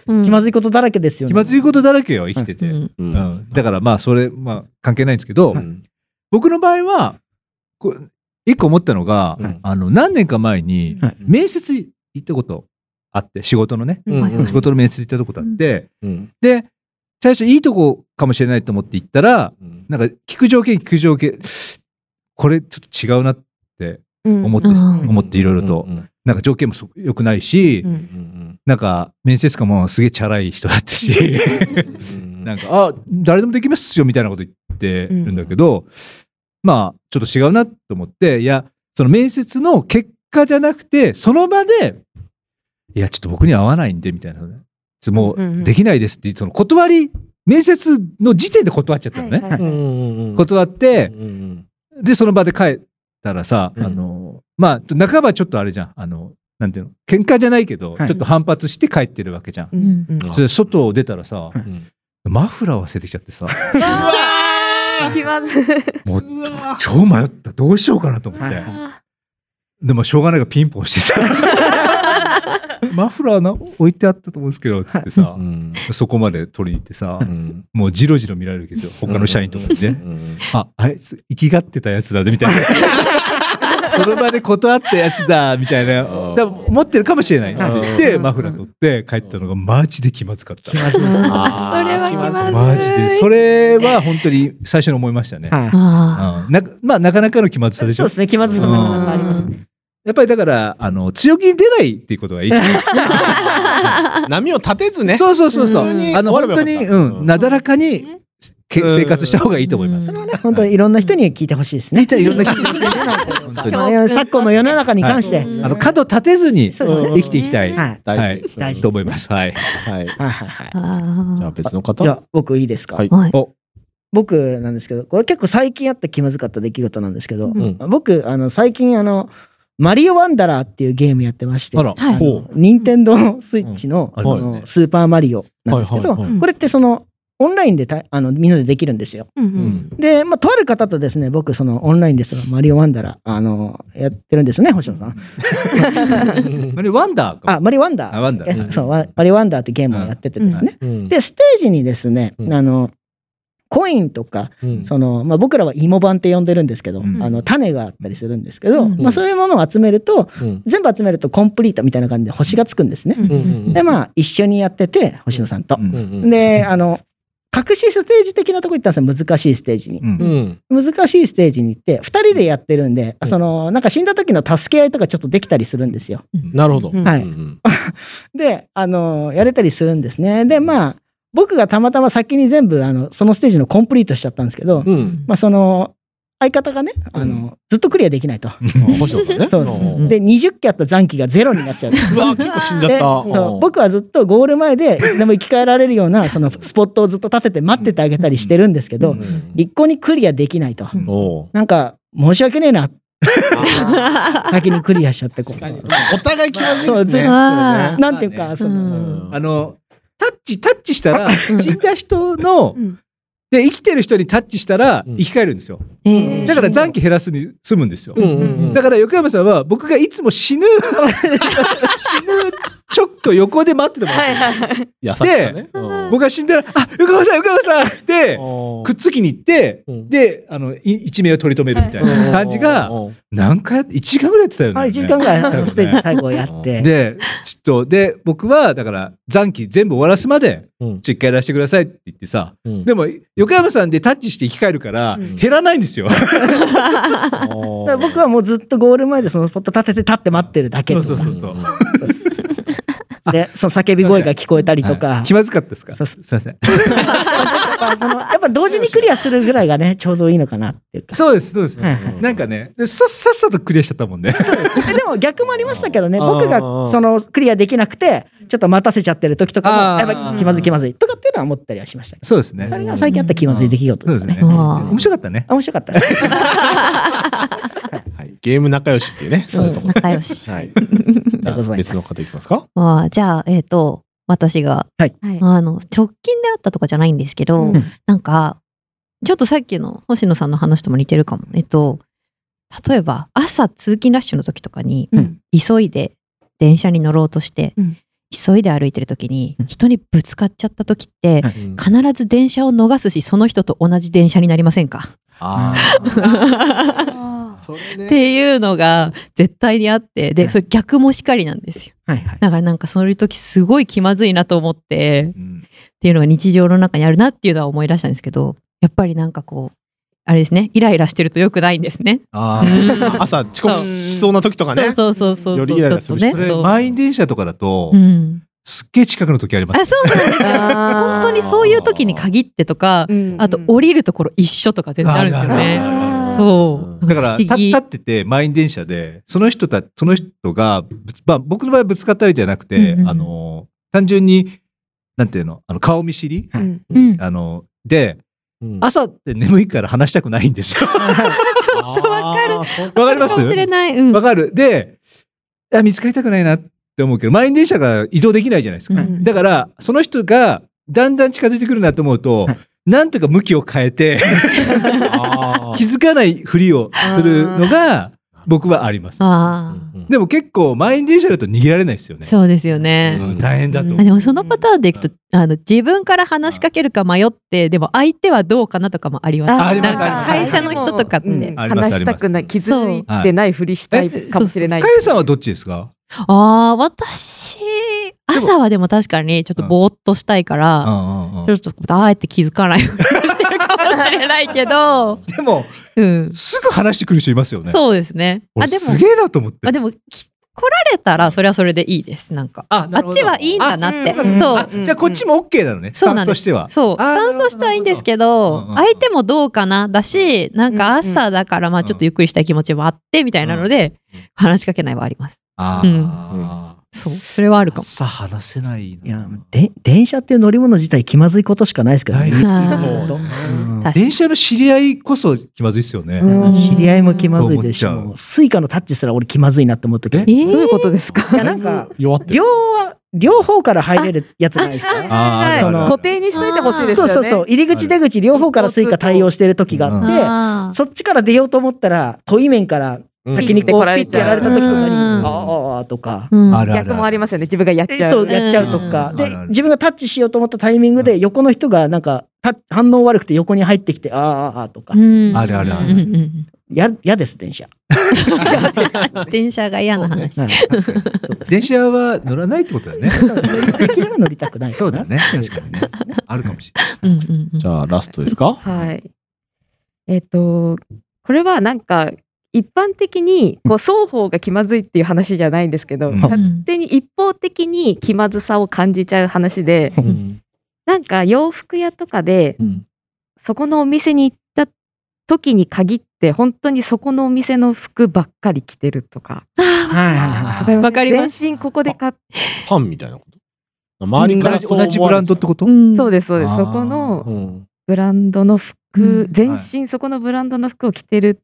D: うん
B: 気まずいことだらけですよね。
C: 気まずいことだらけよ、生きてて。
D: う
C: うん
E: う
C: うんん、だからまあ、それ、まあ関係ないんですけど、
E: うん
C: 僕の場合は、こう一個思ったのが、
E: うん
C: あの、何年か前に
B: はい、
C: 面接行ったことあって、仕事のね、
E: うん
D: はいはい
C: 仕事の面接行ったことあって、
E: うん
C: で、最初いいとこかもしれないと思って行ったら、
E: うん
C: なんか聞く条件聞く条件、これちょっと違うなって思って、
D: うん
C: 思っていろいろと、
E: うん
C: なんか条件もすごく良くないし、
G: うん
E: うん
C: なんか面接官もすげえチャラい人だった し、
E: うん
C: なんか、あ、誰でもできますよみたいなこと言ってるんだけど、まあ、ちょっと違うなと思って、いや、その面接の結果じゃなくて、その場で、いや、ちょっと僕には合わないんで、みたいなね。ちょっとも
G: うんうん
C: う、
G: うん
C: できないですって、その断り、面接の時点で断っちゃったのね。
G: はいはい
E: うんうんうん
C: 断って
E: う、んうん
C: で、その場で帰ったらさ、
E: うん
C: あの、まあ、半ばちょっとあれじゃん。あの、なんていうの、喧嘩じゃないけど、
B: はい
C: ちょっと反発して帰ってるわけじゃん。
G: うんうん
E: うん
C: それで外を出たらさ、
E: うんうん
C: マフラー忘れてきちゃってさ。
G: 気まずい
C: 超迷ったどうしようかなと思っ
B: はい
C: て
B: はい
C: でもしょうがないからピンポンしてさマフラーな置いてあったと思うんですけどつってさ
E: うん
C: そこまで取りに行ってさ
E: うん
C: もうジロジロ見られるけど他の社員とかに
E: う
C: ね
E: ん
C: ああいつ生きがってたやつだでみたいなその場で断ったやつだみたいな
E: あー
C: 多分思ってるかもしれない
E: あー
C: でマフラー取って帰ったのがマジで気まずかった
E: あー
D: それは気まずい
C: マジでそれは本当に最初に思いましたね、
B: は
D: あ
C: うんなまあなかなかの気まずさ
B: い。
C: でし
B: そう
C: ょ
B: ですね。気まずいのがありますね。
C: やっぱりだから、あの、強気に出ないっていうことがいい。
E: 波を立てずね
C: そうそうそうそう。
E: 普通に
C: あの、
E: 終
C: 本
E: わ
C: 当
E: ればよか
C: に、
E: った
C: うん、なだらかに
D: うん
C: け生活した方がいいと思います。
D: うん
B: 本当にいろんな人に聞いてほしいですね。
C: いろんな人に
B: 本当に
D: 本当に
B: 昨今の世の中に関して。
D: はい
C: あの、角立てずに
B: そうですね
C: 生きていきたい。
B: はい。
E: 大
C: はい
E: 事
B: 大事
C: と思います。はい。
E: は
B: は
E: い
B: いはいはい
D: あ。ー。
E: じゃあ別の方
B: じゃあ僕いいですか、
E: はい
D: はい。
C: お、
B: 僕なんですけどこれ結構最近あった気まずかった出来事なんですけど、
E: うん
B: 僕あの最近あの「マリオワンダラー」っていうゲームやってまして
C: あら
D: はい
E: ほう
B: 任天堂スイッチの,、
C: うん
B: あの
E: はい
B: スーパーマリオなんですけど、
E: はいはい
D: はい
B: これってそのオンラインでたあのみんなでできるんですよ。
G: うんうん
E: うん
B: で、まあ、とある方とですね僕そのオンラインでそのマリオワンダラあのやってるんですよね星野さん。
C: あれ、ワンダーか。
B: あマリオワンダ
C: あ
B: ー
C: ワンダー
B: えそうワマリオワンダーってゲームをやっててですね。
E: うん
B: でステージにですね、
E: うん
B: あのコインとか
E: うん
B: その、まあ、僕らは芋版って呼んでるんですけど、
C: うん
B: あの種があったりするんですけど、
D: うん
B: まあ、そういうものを集めると
E: うん
B: 全部集めるとコンプリートみたいな感じで星がつくんですね。
E: うんうん
B: でまあ一緒にやってて星野さんと。
C: うん
E: うんうん
B: であの隠しステージ的なとこ行ったんですよ難しいステージに
C: う、ん
E: う。ん。
B: 難しいステージに行って2人でやってるんで、
E: うん
B: そのなんか死んだ時の助け合いとかちょっとできたりするんですよ
E: なるほど。
G: うん
B: はい
E: うん
B: であのやれたりするんですねでまあ僕がたまたま先に全部あのそのステージのコンプリートしちゃったんですけど、
E: うん。うん
B: まあその相方がねあの、ずっとクリアできないと、
E: 星野さんね。
B: そうです
E: ん
B: で20期あった残機がゼロになっちゃう
E: うわ、結構死んじゃっ
B: で
E: た。
B: そう僕はずっとゴール前でいつでも生き返られるような そのスポットをずっと立てて待っててあげたりしてるんですけ
E: う
B: ど
E: ん
B: 一向にクリアできないと、
G: うん
E: おう
B: なんか申し訳ねえな
D: あ
B: 先にクリアしちゃってこ
E: 確かに
B: う
E: お互い気まずい
B: そう
E: で
B: ず
E: す
B: っ
E: ね。
B: と
D: あ
B: なんていう
C: まあ
B: か
C: ね
B: その、
C: あの、タッチ、タッチしたら、死んだ人の
G: うん、
C: で、生きてる人にタッチしたら、
E: うん
C: 生き返るんですよ。
D: えー
C: だから残機減らすに済むんですよ。
E: うんうんうん
C: だから横山さんは、僕がいつも死ぬ、死ぬ、ちょっと横で待っててもらってる
E: 優しさね。うん
C: 僕が死んだら、あ、横山さん、横山さんって、くっつきに行って、
E: うん
C: で、あの、い一命を取り留めるみたいな感じが、何回やって、1時間ぐらいやってたよね。
B: あれ1時間ぐらいあのステージ最後やっ
E: う
B: て。
C: で、ちょっと、で、僕は、だから、残機全部終わらすまで、
E: うん
C: ちょ、一回やらせてくださいって言ってさ、
E: うん
C: でも、横山さんでタッチして生き返るから、
G: うん
C: 減らないんですよ。
B: だから僕はもうずっとゴール前でそのスポット立てて立って待ってるだけ
C: そ
B: と
C: う
B: か
C: そうそうそう。
B: でその叫び声が聞こえたりとか、
C: はい気まずかったですか
B: そう
C: すいません。
B: そのやっぱ同時にクリアするぐらいがねちょうどいいのかなっていうか
C: そうです、そうです。
B: はいはい
C: なんかね、でささっさとクリアしちゃったもんね。
B: えでも逆もありましたけどね
E: あー
B: 僕が
E: あー
B: そのクリアできなくてちょっと待たせちゃってる時とかも
C: あー
B: やばい気まずい気まずいとかっていうのは思ったりはしましたけ
C: そうです
B: どそ
C: ね。
B: れが最近あった気まずい出来事
C: そう
B: で
C: ですす
B: ね
C: ね。
D: うん
C: 面白かったね。
B: あ面白かったです
E: はいゲーム仲良しっていうね。そういうと
D: うん
E: こ。
D: 仲良 し。
E: はい。じ
B: で
E: ゃ
B: ございま
E: あ
B: す
E: 別の方いきますか。
D: まあじゃあえっ、と私が、
B: はい
G: はい
D: あの直近であったとかじゃないんですけど、
G: うん
D: なんかちょっとさっきの星野さんの話とも似てるかもえっと例えば朝通勤ラッシュの時とかに、
B: うん
D: 急いで電車に乗ろうとして、
G: うん
D: 急いで歩いてる時に
B: うん
D: 人にぶつかっちゃった時って、
B: は
E: うん
D: 必ず電車を逃すしその人と同じ電車になりませんか
C: あ
E: それ
D: っ
E: ね
D: ていうのが絶対にあってでそれ逆もしかりなんですよ
B: はいはい
D: だからなんかそういう時すごい気まずいなと思って
C: ーうん
D: っていうのが日常の中にあるなっていうのは思い出したんですけどやっぱりなんかこうあれですねイライラしてると良くないんですね。
C: あー。
D: そ
E: 朝遅刻しそうな時とか
D: う
E: ね。
D: そうそうそうそう
E: よりイライラするし
D: ちょっ
C: ことれ
D: ねそう、
C: 満員電車とかだと
D: う、ん、
C: すっげえ近くの時あります。
D: あそうなんですよ本当にそういう時に限ってとかあと降りるところ一緒とか絶対あるんですよね。
G: あ
D: そう う
C: だから、
D: 不
C: た
D: 思議
C: 立ってて、満員電車で、その人た、その人が、ぶつまあ、僕の場合はぶつかったりじゃなくて、
D: うんうん
C: あの、単純に、なんていうの、あの、顔見知り、
G: うん
D: うん
C: あの、で、
E: うん
C: 朝って眠いから話したくないんです よ。
E: ょっとわかる。そう
C: わかります
D: かもしれない、うん
C: わかる。で、あ、見つかりたくないなって思うけど、満員電車が移動できないじゃないですか。
G: うん
C: だから、その人が、だんだん近づいてくるなと思うと
B: はい、
C: なんとか向きを変えて、
E: あ
C: 気
E: ー
C: づかないふりをするのが、僕はあります。
D: あ
E: うんうん
C: でも結構、満員電車だと逃げられないですよ
D: あ
C: ね。
D: そうですよね。
C: うん大変だと思う
D: あでもそのパターンでいくと、あの自分から話しかけるか迷ってでも相手はどうかなとかもあります
C: あります
D: なんか
C: あります
D: 会社の人とかって、
G: うん
C: あります
G: 話したくない
C: あ
G: 気
C: り
D: ます
G: づいてないふりしたい
D: そう
G: かもしれない
C: かゆさんはどっちですか
D: ああ私朝はでも確かにちょっとぼーっとしたいから、
C: うんうんう
D: ち
C: ん
D: ょっとあえて気づかないようにしてるかもしれないけど、
C: でも、
D: うん、
C: すぐ話してくる人いますよね。
D: そうですねあ
C: 俺
D: でも
C: すげえなと思って。
D: あでもき来られたらそれはそれでいいですなんか
C: あ
D: あっちはいいんだなって
G: あ
B: うん
D: そう
C: あじゃあこっちも OK なのね。ス
D: そ
C: タ
D: う
C: ンス
D: なんで
C: と
D: す
C: しては。
D: そう、ス
C: あー
D: タンスとしてはいいんですけど、
C: なるほど
D: 相手もどうかなだし、なんか朝だから、まあちょっとゆっくりしたい気持ちもあって、みたいなので、話しかけないはあります。
C: あ
D: う
C: あ。
D: そう、それはあるかも。
C: 朝話せないな。
B: いやで電車っていう乗り物自体気まずいことしかないですけどね
C: ない
E: ー
D: あ
B: 本当
D: 確かに
C: 電車の知り合いこそ気まずいですよね。
G: うん
B: うん知り合いも気まずいですし
C: そう思っちゃう
B: もうスイカのタッチすら俺気まずいなって思う時
C: え
B: い
D: えー
G: どういうことですか
B: やなんか
E: 弱ってる。
B: 両は両方から入れるやつないですか
C: あーあるあるある
G: 固定にしといてほしいです
B: そ
G: よ
B: う
G: ね
B: そうそう入り口出口両方からスイカ対応してる時があって
D: あー
B: そっちから出ようと思ったら、遠い面から
E: うん
B: 先にこう
G: ピ
B: ピ
G: ッ
B: ッ
G: て
B: て
G: や
B: や
G: ら
B: ら
G: れ
B: れ
G: た
B: た時
G: 時と
B: とか
G: かに
B: に、
D: うん
B: ああああとか、
D: うん
C: あるあるある
G: 逆もありますよね自分がやっちゃ
B: そううやっちゃうとか、
D: うん
B: で
C: あるある
B: 自分がタッチしようと思ったタイミングで横の人がなんかた反応悪くて横に入ってきて、ああああとか、
D: うん
C: あるあるある
D: うんうん
B: ややです電車。
D: うん電車が嫌な話。
B: はい
C: 電車は乗らないってことだね。
B: できれば乗りたくないか
C: そう
B: な
C: だね。確かにね。あるかもしれない。
D: うんうんうん
E: じゃあラストですか
G: はい。えっ、と、これはなんか、一般的にこう双方が気まずいっていう話じゃないんですけど、
C: うん
G: 勝手に一方的に気まずさを感じちゃう話で、
E: うん
G: なんか洋服屋とかで、
E: うん
G: そこのお店に行った時に限って、本当にそこのお店の服ばっかり着てるとか。
B: はいはいはい
C: あー
D: わかります
G: 全身ここで買っ
E: ファンみたいなこと周りから
C: 同じ同じブランドって
E: こ
C: こと、
D: うん
G: そうですそうです
C: あ
G: そ
C: ー
G: この
E: うん
G: ブランドの服、
D: うん
G: 全身そこのブランドの服を着てる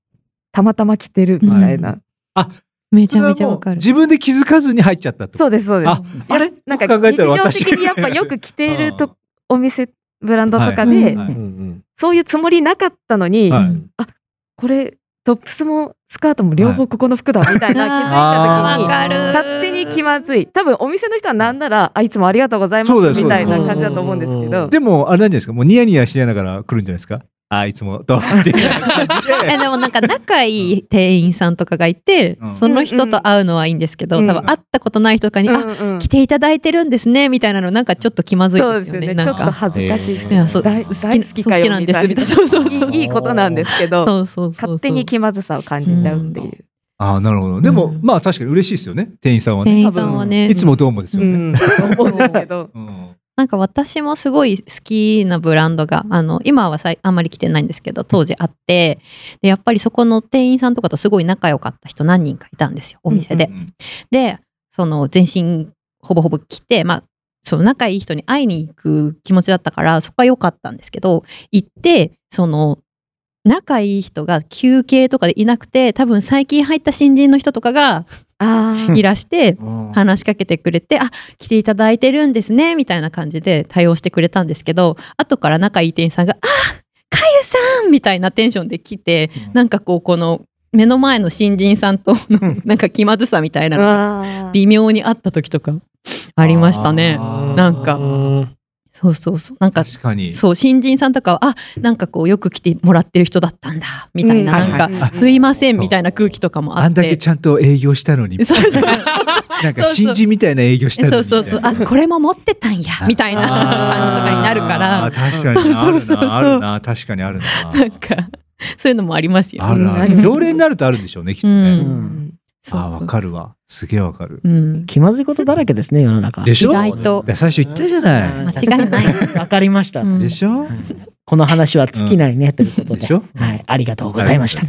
G: たまたま着てるみたいな、
D: は
C: め
D: めちゃめちゃわかる。
C: 自分で気づかずに入っちゃったってこ
G: そ
C: と。
G: うですそうです
C: ああれ
G: な
C: よ
G: んか
C: く考え
G: 日
C: たら
G: 常
C: 私
G: 的にやっぱよく着ている
C: あー
G: とお店ブランドとかで、
D: はい
E: うんうん
G: そういうつもりなかったのに、
C: はい
G: これトップスもスカートも両方ここの服だみたいな気づいた時に、
C: あーわか
D: る
G: 勝手に気まずい多分お店の人はなんならあいつもありがとうございま
C: そうだよ
G: すみたいな
E: そうだよ
G: 感じだと思うんですけど
C: でも、あれなんじゃないですか、もうニヤニヤしながら来るんじゃないですか。あ、いつも、と。っていう感じで
D: えでもなんか仲いい店員さんとかがいて、
C: うん
D: その人と会うのはいいんですけど、
G: うん
D: 多分会ったことない人とかに、
G: うん
D: あ
G: うん
D: 来ていただいてるんですねみたいなのなんかちょっと気まずい
G: そう
D: で
G: ですす
D: よ
G: よ
D: ね
G: ねち
D: な
G: ょ
D: ん
G: っと
D: か
G: 恥ずかし
D: い
G: い
D: やそう
G: 大
D: 好き
G: 大好きか
D: 好き
G: よ
D: なん
G: み
D: です
G: たいな
D: みたいなそうそうそう
G: いいいいことなんですけど
D: そうそうそうそう
G: 勝手に気まずさを感じちゃうっていう、
C: あなるほど。でも、
D: うん
C: まあ確かに嬉しいですよね。店員さんはね。
D: 店員さんはね
C: いつもどうもですよ
G: う
C: ね。
G: ん、思うんですけど
C: うん
D: なんか私もすごい好きなブランドがあの今はさいあんまり来てないんですけど当時あってでやっぱりそこの店員さんとかとすごい仲良かった人何人かいたんですよお店で。
C: うん
D: でその全身ほぼほぼ来てまあその仲いい人に会いに行く気持ちだったからそこは良かったんですけど行ってその仲いい人が休憩とかでいなくて多分最近入った新人の人とかが
G: あー
D: いらして話しかけてくれて「あ来ていただいてるんですね」みたいな感じで対応してくれたんですけど後から仲いい店員さんが「あかゆさん!」みたいなテンションで来てなんかこうこの目の前の新人さんとのなんか気まずさみたいなのが
G: あー
D: 微妙にあった時とかありましたね。
C: あー
D: なんか
E: うん
D: そうそうそう。なんか、
C: 確かに。
D: そう、新人さんとかは、あ、なんかこう、よく来てもらってる人だったんだ、みたいな、
B: うん
D: な
B: はい
D: ん
B: はいは
D: か、
B: い
D: すいません、みたいな空気とかもあ
C: あ
D: っ
C: んだけ
D: て。
C: ちゃんと営業したのに。
D: そうそうそう
C: なんか新人みたいな営業したの
D: そ
C: に。
D: うそうそう。
C: みた
D: あ、
C: いな
D: これも持ってたんや、みたいな感じとかになるか
C: あ
D: ら、
C: ー確かにな
D: そうそうそうそう
C: あるなあるな確かにあるな
D: なんか、そういうのもありますよ
C: あ
D: ね。
C: るあ
G: う
C: る
G: ん
C: 常連になるとあるんでしょうねきっと
D: う
C: ね、
D: ん
B: うん
D: そう
C: ああ
D: そうそう
C: わかる。わすげえわかる
D: うん。
B: 気まずいことだらけですね世の中
C: でしょ
D: 意外と
C: で最初言ったじゃない、
D: 間違いない
B: わかりました、
D: うん
C: でしょ、
B: この話は尽きないね、ということで
C: でしょ
B: はい、ありがとうございました。